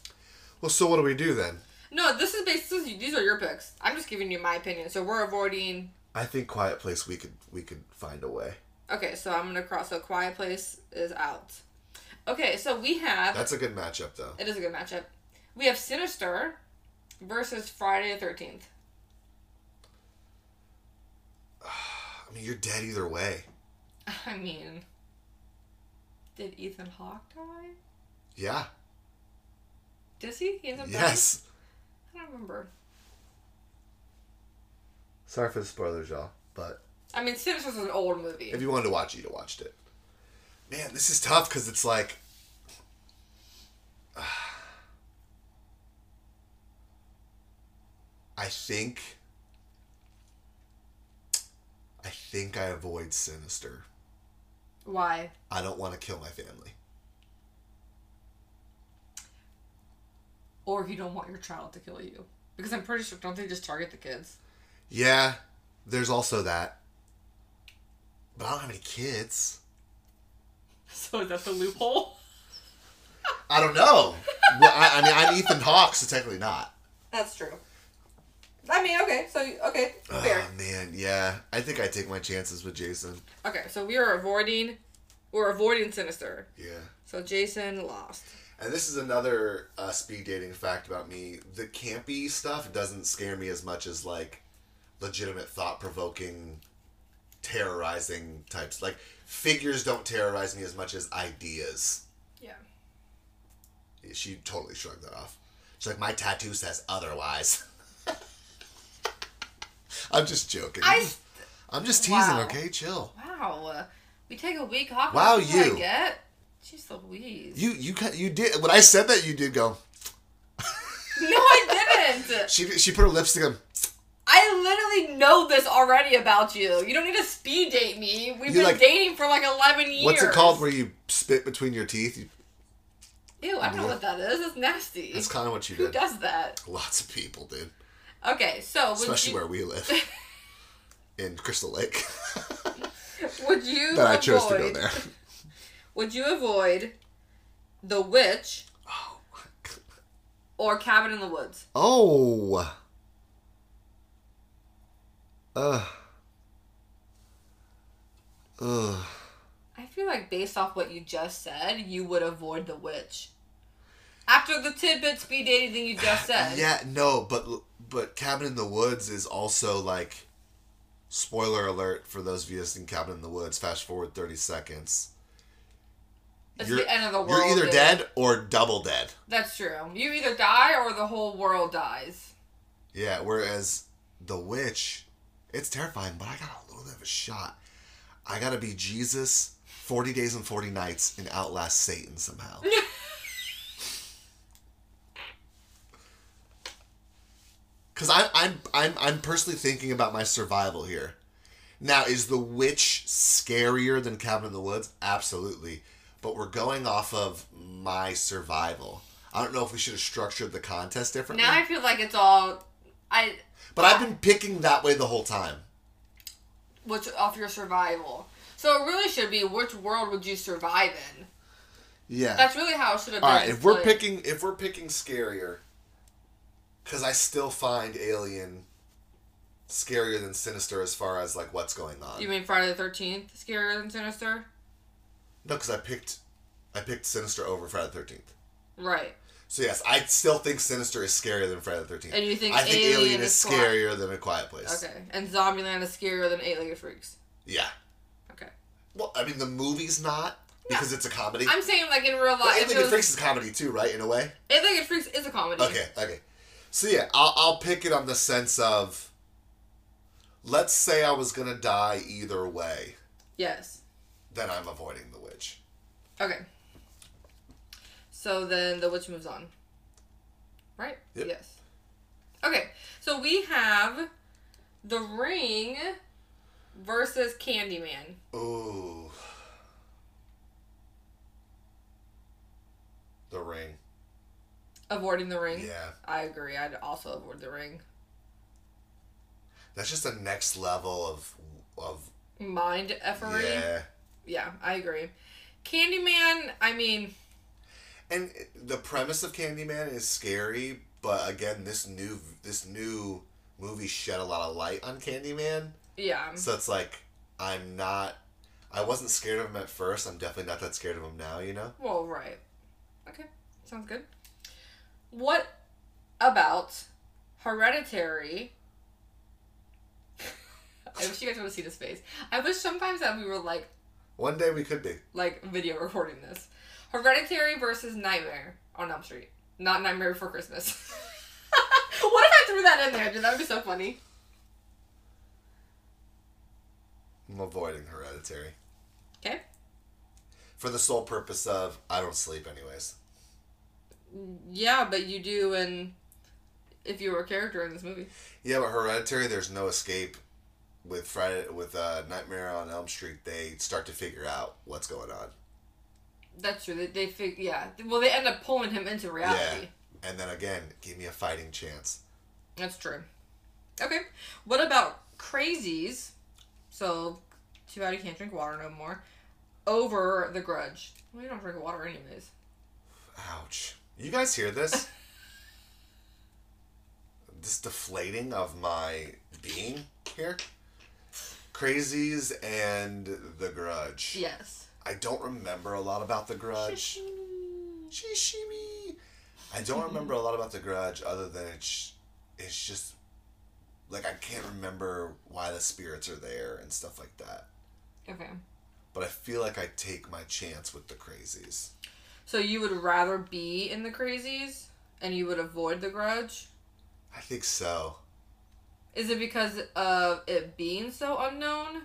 [SPEAKER 2] Well, so what do we do then?
[SPEAKER 1] No, this is based. This is, these are your picks. I'm just giving you my opinion. So we're avoiding.
[SPEAKER 2] I think Quiet Place. We could, we could find a way.
[SPEAKER 1] Okay, so I'm gonna cross. So Quiet Place is out. Okay, so we have.
[SPEAKER 2] That's a good matchup, though.
[SPEAKER 1] it is a good matchup. We have Sinister versus Friday the Thirteenth.
[SPEAKER 2] I mean, you're dead either way.
[SPEAKER 1] I mean, did Ethan Hawke die?
[SPEAKER 2] Yeah.
[SPEAKER 1] Does he? He ends up
[SPEAKER 2] Yes.
[SPEAKER 1] dying. I don't remember.
[SPEAKER 2] Sorry for the spoilers, y'all. But
[SPEAKER 1] I mean, Sinister's an old movie.
[SPEAKER 2] if you wanted to watch it, you'd have watched it. Man, this is tough because it's like. I think. I think I avoid Sinister.
[SPEAKER 1] Why?
[SPEAKER 2] I don't want to kill my family.
[SPEAKER 1] Or if you don't want your child to kill you, because I'm pretty sure don't they just target the kids?
[SPEAKER 2] Yeah, there's also that. But I don't have any kids.
[SPEAKER 1] So is that the loophole?
[SPEAKER 2] I don't know. well, I, I mean, I'm Ethan Hawke, so technically not.
[SPEAKER 1] That's true. I mean, okay, so okay, fair.
[SPEAKER 2] Oh man, yeah. I think I take my chances with Jason.
[SPEAKER 1] Okay, so we are avoiding, we're avoiding Sinister.
[SPEAKER 2] Yeah.
[SPEAKER 1] So Jason lost.
[SPEAKER 2] And this is another uh, speed dating fact about me. The campy stuff doesn't scare me as much as like legitimate thought provoking, terrorizing types. Like figures don't terrorize me as much as ideas.
[SPEAKER 1] Yeah.
[SPEAKER 2] She totally shrugged that off. She's like, my tattoo says otherwise. I'm just joking.
[SPEAKER 1] I. s-
[SPEAKER 2] I'm just teasing,
[SPEAKER 1] Wow.
[SPEAKER 2] okay? Chill.
[SPEAKER 1] Wow. We take a week off.
[SPEAKER 2] Wow,
[SPEAKER 1] that's what I
[SPEAKER 2] you.
[SPEAKER 1] get. Jeez Louise.
[SPEAKER 2] You you ca- you did when I said that you did go.
[SPEAKER 1] no, I didn't.
[SPEAKER 2] She she put her lips together.
[SPEAKER 1] I literally know this already about you. You don't need to speed date me. We've
[SPEAKER 2] You're
[SPEAKER 1] been
[SPEAKER 2] like-
[SPEAKER 1] dating for like eleven years.
[SPEAKER 2] What's it called where you spit between your teeth? You,
[SPEAKER 1] Ew, I don't know
[SPEAKER 2] Yeah.
[SPEAKER 1] what that is. It's nasty.
[SPEAKER 2] that's kind of what you
[SPEAKER 1] Who
[SPEAKER 2] did.
[SPEAKER 1] does that?
[SPEAKER 2] Lots of people did,
[SPEAKER 1] Okay, so would
[SPEAKER 2] especially
[SPEAKER 1] you,
[SPEAKER 2] where we live in Crystal Lake.
[SPEAKER 1] would you
[SPEAKER 2] but I chose to go
[SPEAKER 1] avoid-
[SPEAKER 2] there.
[SPEAKER 1] Would you avoid The Witch
[SPEAKER 2] Oh, my God.
[SPEAKER 1] or Cabin in the Woods?
[SPEAKER 2] oh, Ugh. Ugh.
[SPEAKER 1] I feel like based off what you just said, you would avoid The Witch. After the tidbit speed dating thing you just said.
[SPEAKER 2] Yeah, no, but but Cabin in the Woods is also like spoiler alert for those of you in Cabin in the Woods. Fast forward thirty seconds.
[SPEAKER 1] It's
[SPEAKER 2] You're-
[SPEAKER 1] the end of the world.
[SPEAKER 2] You're either
[SPEAKER 1] dude.
[SPEAKER 2] dead or double dead.
[SPEAKER 1] That's true. You either die or the whole world dies.
[SPEAKER 2] Yeah, whereas the witch, It's terrifying, but I got a little bit of a shot. I gotta be Jesus forty days and forty nights and outlast Satan somehow. Cause I'm I'm I'm I'm personally thinking about my survival here. Now, is the witch scarier than Cabin in the Woods? Absolutely. But we're going off of my survival. I don't know if we should have structured the contest differently.
[SPEAKER 1] Now I feel like it's all I
[SPEAKER 2] but I've been picking that way the whole time.
[SPEAKER 1] which off your survival. So it really should be which world would you survive in?
[SPEAKER 2] Yeah.
[SPEAKER 1] That's really how it should have been.
[SPEAKER 2] All right, if we're
[SPEAKER 1] split.
[SPEAKER 2] picking if we're picking scarier cuz I still find Alien scarier than Sinister as far as like what's going on.
[SPEAKER 1] You mean Friday the thirteenth scarier than sinister?
[SPEAKER 2] no, cuz I picked I picked Sinister over Friday the 13th.
[SPEAKER 1] Right.
[SPEAKER 2] So yes, I still think Sinister is scarier than Friday the 13th.
[SPEAKER 1] And you think
[SPEAKER 2] I think
[SPEAKER 1] Alien
[SPEAKER 2] Alien,
[SPEAKER 1] is
[SPEAKER 2] is
[SPEAKER 1] quiet.
[SPEAKER 2] scarier than A Quiet Place.
[SPEAKER 1] Okay. And Zombieland is scarier than Eight Legged Freaks.
[SPEAKER 2] Yeah.
[SPEAKER 1] Okay.
[SPEAKER 2] Well, I mean the movie's not because it's a comedy.
[SPEAKER 1] I'm saying like in real
[SPEAKER 2] Well,
[SPEAKER 1] life.
[SPEAKER 2] Alien and Freaks is a comedy too, right? In a way.
[SPEAKER 1] Eight Legged Freaks is a comedy.
[SPEAKER 2] Okay, okay. So yeah, I'll, I'll pick it on the sense of. Let's say I was gonna die either way,
[SPEAKER 1] Yes.
[SPEAKER 2] then I'm avoiding the witch.
[SPEAKER 1] Okay. So then the witch moves on. Right?
[SPEAKER 2] Yep.
[SPEAKER 1] Yes. Okay. So we have the ring versus Candyman.
[SPEAKER 2] Ooh. The ring.
[SPEAKER 1] Avoiding the ring.
[SPEAKER 2] Yeah,
[SPEAKER 1] I agree. I'd also avoid the ring.
[SPEAKER 2] that's just the next level of of
[SPEAKER 1] Mind effery.
[SPEAKER 2] yeah.
[SPEAKER 1] yeah, I agree. Candyman, I mean,
[SPEAKER 2] And the premise of Candyman is scary, but again, this new this new movie shed a lot of light on Candyman.
[SPEAKER 1] yeah.
[SPEAKER 2] So it's like I'm not. I wasn't scared of him at first. I'm definitely not that scared of him now. You know.
[SPEAKER 1] Well, right. Okay, sounds good. What about Hereditary? I wish you guys would have seen his face. I wish sometimes that we were like
[SPEAKER 2] One day we could be.
[SPEAKER 1] like video recording this. Hereditary versus Nightmare on Elm Street. Not Nightmare Before Christmas. what if I threw that in there? Dude, that would be so funny.
[SPEAKER 2] I'm avoiding Hereditary
[SPEAKER 1] Okay.
[SPEAKER 2] for the sole purpose of I don't sleep anyways.
[SPEAKER 1] Yeah, but you do, and if you were a character in this movie.
[SPEAKER 2] Yeah, but Hereditary, there's no escape. With Friday, with uh, Nightmare on Elm Street, they start to figure out what's going on,
[SPEAKER 1] That's true. They, they fig- yeah. Well, they end up pulling him into reality.
[SPEAKER 2] and then again, give me a fighting chance.
[SPEAKER 1] That's true. Okay. What about crazies? So, too bad you can't drink water no more. Over the grudge. Well, you don't drink water anyways.
[SPEAKER 2] Ouch! You guys hear this? this deflating of my being here. Crazies and The Grudge.
[SPEAKER 1] Yes.
[SPEAKER 2] I don't remember a lot about The Grudge. Shishimi. I don't remember a lot about The Grudge other than it's, it's just like I can't remember why the spirits are there and stuff like that.
[SPEAKER 1] Okay.
[SPEAKER 2] But I feel like I take my chance with the crazies.
[SPEAKER 1] So you would rather be in the crazies and you would avoid the grudge?
[SPEAKER 2] I think so.
[SPEAKER 1] Is it because of it being so unknown?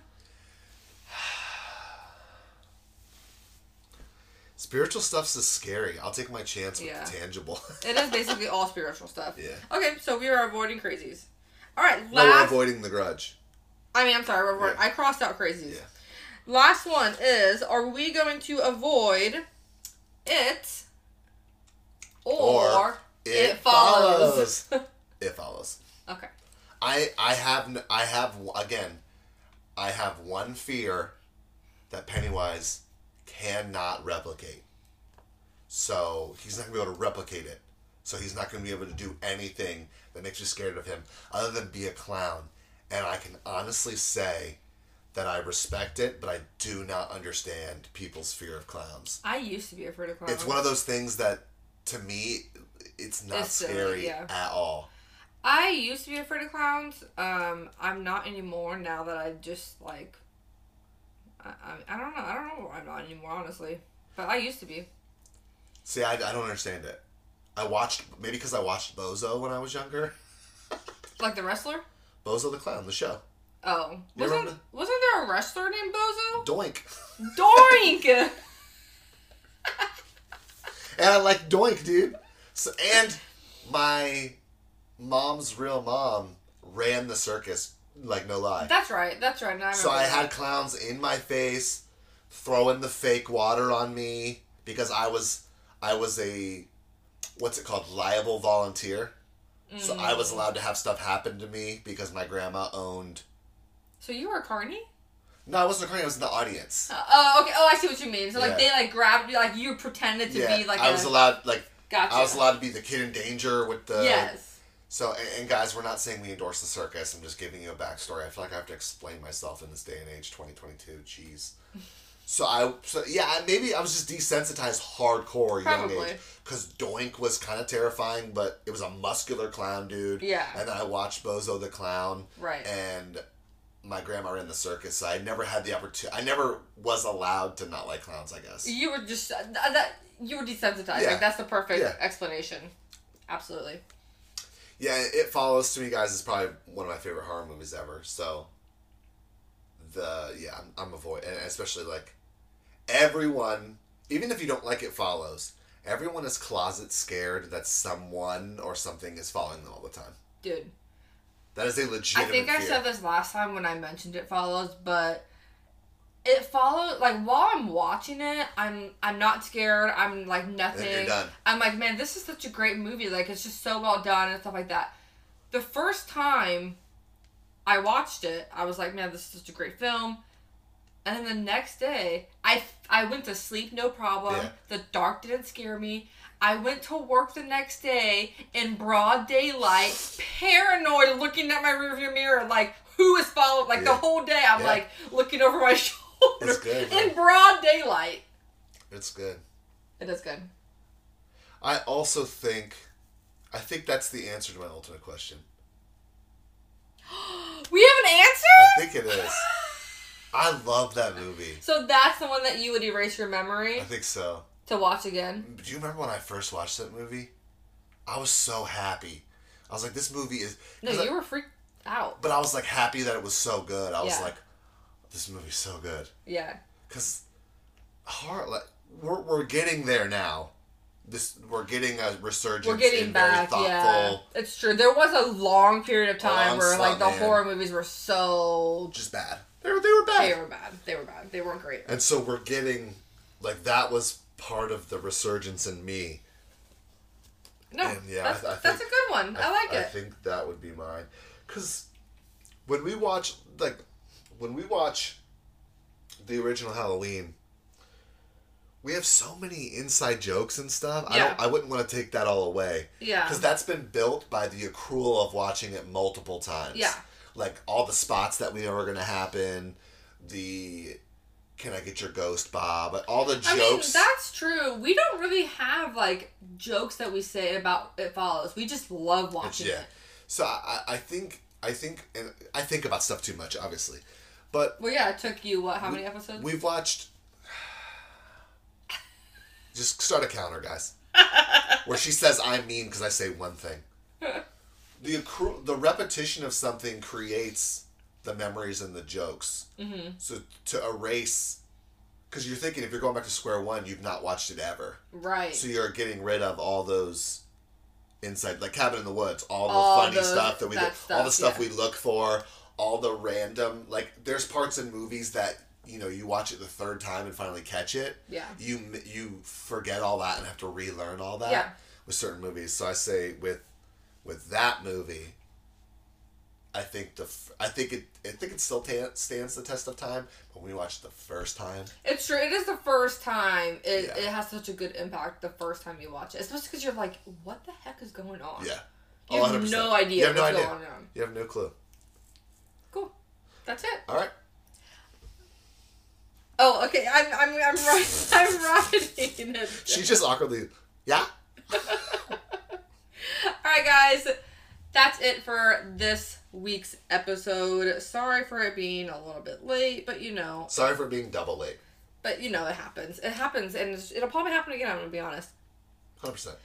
[SPEAKER 2] Spiritual stuff's is scary. I'll take my chance with
[SPEAKER 1] Yeah.
[SPEAKER 2] the tangible.
[SPEAKER 1] It is basically all spiritual stuff.
[SPEAKER 2] Yeah.
[SPEAKER 1] Okay, so we are avoiding crazies. All right, last.
[SPEAKER 2] no, we're avoiding the grudge.
[SPEAKER 1] I mean, I'm sorry, we're avoiding,
[SPEAKER 2] Yeah.
[SPEAKER 1] I crossed out crazies.
[SPEAKER 2] Yeah.
[SPEAKER 1] Last one is: Are we going to avoid it or,
[SPEAKER 2] Or
[SPEAKER 1] it, follows?
[SPEAKER 2] it follows.
[SPEAKER 1] okay.
[SPEAKER 2] I I have n- I have w- again, I have one fear that Pennywise cannot replicate. So he's not gonna be able to replicate it. So he's not gonna be able to do anything that makes you scared of him, other than be a clown. And I can honestly say that I respect it, but I do not understand people's fear of clowns.
[SPEAKER 1] I used to be afraid of clowns.
[SPEAKER 2] It's one of those things that, to me, it's not
[SPEAKER 1] It's silly,
[SPEAKER 2] scary
[SPEAKER 1] yeah.
[SPEAKER 2] at all.
[SPEAKER 1] I used to be afraid of clowns. Um, I'm not anymore now that I just like. I, I, I don't know. I don't know why I'm not anymore, honestly. But I used to be.
[SPEAKER 2] See, I, I don't understand it. I watched maybe because I watched Bozo when I was younger.
[SPEAKER 1] Like the wrestler?
[SPEAKER 2] Bozo the Clown, the show.
[SPEAKER 1] Oh,
[SPEAKER 2] You
[SPEAKER 1] wasn't
[SPEAKER 2] remember?
[SPEAKER 1] wasn't there a wrestler named Bozo?
[SPEAKER 2] Doink.
[SPEAKER 1] Doink.
[SPEAKER 2] And I like Doink, dude. So, and my mom's real mom ran the circus, like no lie.
[SPEAKER 1] that's right. That's right. Now I
[SPEAKER 2] So I
[SPEAKER 1] remember.
[SPEAKER 2] had clowns in my face, throwing the fake water on me because I was I was a what's it called liable volunteer. So
[SPEAKER 1] Mm.
[SPEAKER 2] I was allowed to have stuff happen to me because my grandma owned.
[SPEAKER 1] So you were a carny?
[SPEAKER 2] No, I wasn't crying. I was in the audience.
[SPEAKER 1] Uh, oh, okay. Oh, I see what you mean. So like
[SPEAKER 2] Yeah.
[SPEAKER 1] they like grabbed you, like you pretended Oh, to
[SPEAKER 2] Yeah,
[SPEAKER 1] be like
[SPEAKER 2] I
[SPEAKER 1] a-
[SPEAKER 2] was allowed like uh,
[SPEAKER 1] Gotcha.
[SPEAKER 2] I was allowed to be the kid in danger with the
[SPEAKER 1] yes.
[SPEAKER 2] So, and, and guys, we're not saying we endorse the circus. I'm just giving you a backstory. I feel like I have to explain myself in this day and age, 2022. Jeez. So I, so yeah, I- maybe I was just desensitized hardcore young
[SPEAKER 1] Probably.
[SPEAKER 2] age because Doink was kind of terrifying, but it was a muscular clown dude.
[SPEAKER 1] Yeah.
[SPEAKER 2] And then I watched Bozo the clown,
[SPEAKER 1] Right.
[SPEAKER 2] and my grandma ran the circus. So I never had the opportunity. I never was allowed to not like clowns. I guess.
[SPEAKER 1] You were just uh, th- that you were desensitized.
[SPEAKER 2] Yeah.
[SPEAKER 1] Like that's the perfect
[SPEAKER 2] Yeah.
[SPEAKER 1] explanation. Absolutely.
[SPEAKER 2] Yeah, it follows to me, guys. is probably one of my favorite horror movies ever. So, the yeah, I'm, I'm avoid, and especially like everyone, even if you don't like it, follows. Everyone is closet scared that someone or something is following them all the time.
[SPEAKER 1] Dude,
[SPEAKER 2] That is a
[SPEAKER 1] I
[SPEAKER 2] legitimate.
[SPEAKER 1] think I
[SPEAKER 2] fear.
[SPEAKER 1] said this last time when I mentioned it follows, but it follows like while I'm watching it, I'm I'm not scared. I'm like nothing.
[SPEAKER 2] you're done.
[SPEAKER 1] I'm like, man, this is such a great movie. Like it's just so well done and stuff like that. The first time I watched it, I was like, man, this is such a great film. And then the next day, I I went to sleep no problem.
[SPEAKER 2] Yeah.
[SPEAKER 1] The dark didn't scare me. I went to work the next day in broad daylight, paranoid, looking at my rearview mirror, like who is following. Like the
[SPEAKER 2] Yeah.
[SPEAKER 1] whole day, I'm
[SPEAKER 2] Yeah.
[SPEAKER 1] like looking over my shoulder
[SPEAKER 2] It's good,
[SPEAKER 1] in
[SPEAKER 2] man.
[SPEAKER 1] broad daylight.
[SPEAKER 2] it's good.
[SPEAKER 1] It is good.
[SPEAKER 2] I also think, I think that's the answer to my ultimate question.
[SPEAKER 1] We have an
[SPEAKER 2] I
[SPEAKER 1] answer.
[SPEAKER 2] think it is. I love that movie.
[SPEAKER 1] So that's the one that you would erase your memory
[SPEAKER 2] I think so.
[SPEAKER 1] to watch again.
[SPEAKER 2] Do you remember when I first watched that movie? I was so happy. I was like, this movie is.
[SPEAKER 1] No,
[SPEAKER 2] 'cause I-
[SPEAKER 1] you were freaked out.
[SPEAKER 2] but I was like happy that it was so good. I was
[SPEAKER 1] Yeah.
[SPEAKER 2] like, this movie's so good.
[SPEAKER 1] Yeah.
[SPEAKER 2] Because horror, like, we're, we're getting there now. This We're getting a resurgence.
[SPEAKER 1] We're getting
[SPEAKER 2] in
[SPEAKER 1] back,
[SPEAKER 2] very
[SPEAKER 1] yeah.
[SPEAKER 2] thoughtful,
[SPEAKER 1] It's true. There was a long period of time
[SPEAKER 2] long
[SPEAKER 1] where like
[SPEAKER 2] slump,
[SPEAKER 1] the
[SPEAKER 2] man.
[SPEAKER 1] horror movies were so
[SPEAKER 2] just bad. They were, they were bad.
[SPEAKER 1] they were bad. They were bad. They weren't great.
[SPEAKER 2] And so we're getting, like, that was part of the resurgence in me.
[SPEAKER 1] No,
[SPEAKER 2] And, yeah,
[SPEAKER 1] that's,
[SPEAKER 2] I- I
[SPEAKER 1] that's a
[SPEAKER 2] think-
[SPEAKER 1] good one. I, like
[SPEAKER 2] I
[SPEAKER 1] it.
[SPEAKER 2] think that would be mine. Cause when we watch like when we watch the original Halloween, we have so many inside jokes and stuff. I
[SPEAKER 1] Yeah.
[SPEAKER 2] don't, I wouldn't want to take that all away.
[SPEAKER 1] Yeah.
[SPEAKER 2] Because that's been built by the accrual of watching it multiple times.
[SPEAKER 1] Yeah.
[SPEAKER 2] Like all the spots that we know are gonna happen, the can I get your ghost, Bob? All the
[SPEAKER 1] I mean,
[SPEAKER 2] jokes.
[SPEAKER 1] that's true. We don't really have like jokes that we say about It Follows. We just love watching
[SPEAKER 2] yeah.
[SPEAKER 1] it.
[SPEAKER 2] So I, I I think I think and I think about stuff too much, obviously. But
[SPEAKER 1] Well, yeah, it took you what? How many episodes?
[SPEAKER 2] we've watched just start a counter, guys. Where she says I mean because I say one thing. The accru- the repetition of something creates the memories and the jokes. Mm-hmm. So to erase, because you're thinking if you're going back to square one, you've not watched it ever.
[SPEAKER 1] right.
[SPEAKER 2] So you're getting rid of all those inside, like Cabin in the Woods, all the
[SPEAKER 1] All
[SPEAKER 2] funny
[SPEAKER 1] those-
[SPEAKER 2] stuff that we,
[SPEAKER 1] that
[SPEAKER 2] all the
[SPEAKER 1] stuff,
[SPEAKER 2] stuff we look for, all the random. Like there's parts in movies that you know you watch it the third time and finally catch it.
[SPEAKER 1] Yeah.
[SPEAKER 2] You m- you forget all that and have to relearn all that
[SPEAKER 1] Yeah.
[SPEAKER 2] with certain movies. So I say with with that movie. I think the f- I think it I think it still ta- stands the test of time. But when we watched it the first time,
[SPEAKER 1] It's true. It is the first time. It,
[SPEAKER 2] Yeah.
[SPEAKER 1] it has such a good impact the first time you watch it, especially because you're like, what the heck is going on?
[SPEAKER 2] yeah, Oh,
[SPEAKER 1] You have
[SPEAKER 2] 100%.
[SPEAKER 1] no idea
[SPEAKER 2] You have no
[SPEAKER 1] what's
[SPEAKER 2] idea.
[SPEAKER 1] going on.
[SPEAKER 2] You have no clue.
[SPEAKER 1] Cool. That's it.
[SPEAKER 2] All right.
[SPEAKER 1] Oh, okay. I'm I'm I'm ri I'm riding it.
[SPEAKER 2] She just awkwardly, yeah.
[SPEAKER 1] All right, guys, that's it for this week's episode. Sorry for it being a little bit late, but you know,
[SPEAKER 2] Sorry for being double late. but
[SPEAKER 1] but you know, it happens. It happens, and it's- it'll probably happen again. I'm gonna be honest.
[SPEAKER 2] 100%.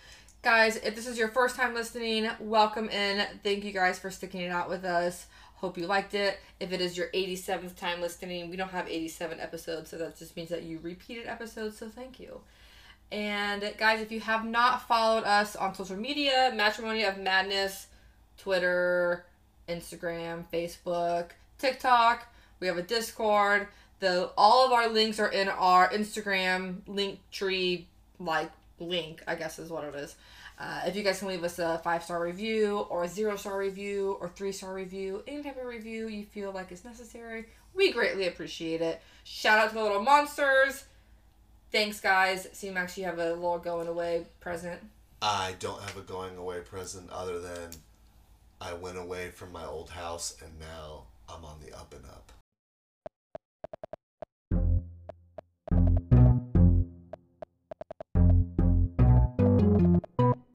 [SPEAKER 1] Guys, if this is your first time listening, welcome in. Thank you guys for sticking it out with us. Hope you liked it. If it is your 87th time listening, we don't have 87 episodes, so that just means that you repeated episodes, so thank you. And guys, if you have not followed us on social media, Matrimony of Madness, Twitter, Instagram, Facebook, TikTok, we have a Discord. The all of our links are in our Instagram link tree like link, I guess is what it is. Uh, if you guys can leave us a five star review or a zero star review or three star review, any type of review you feel like is necessary, we greatly appreciate it. Shout out to the little monsters. Thanks, guys. Seem actually have a little going away present.
[SPEAKER 2] I don't have a going away present other than I went away from my old house and now I'm on the up and up.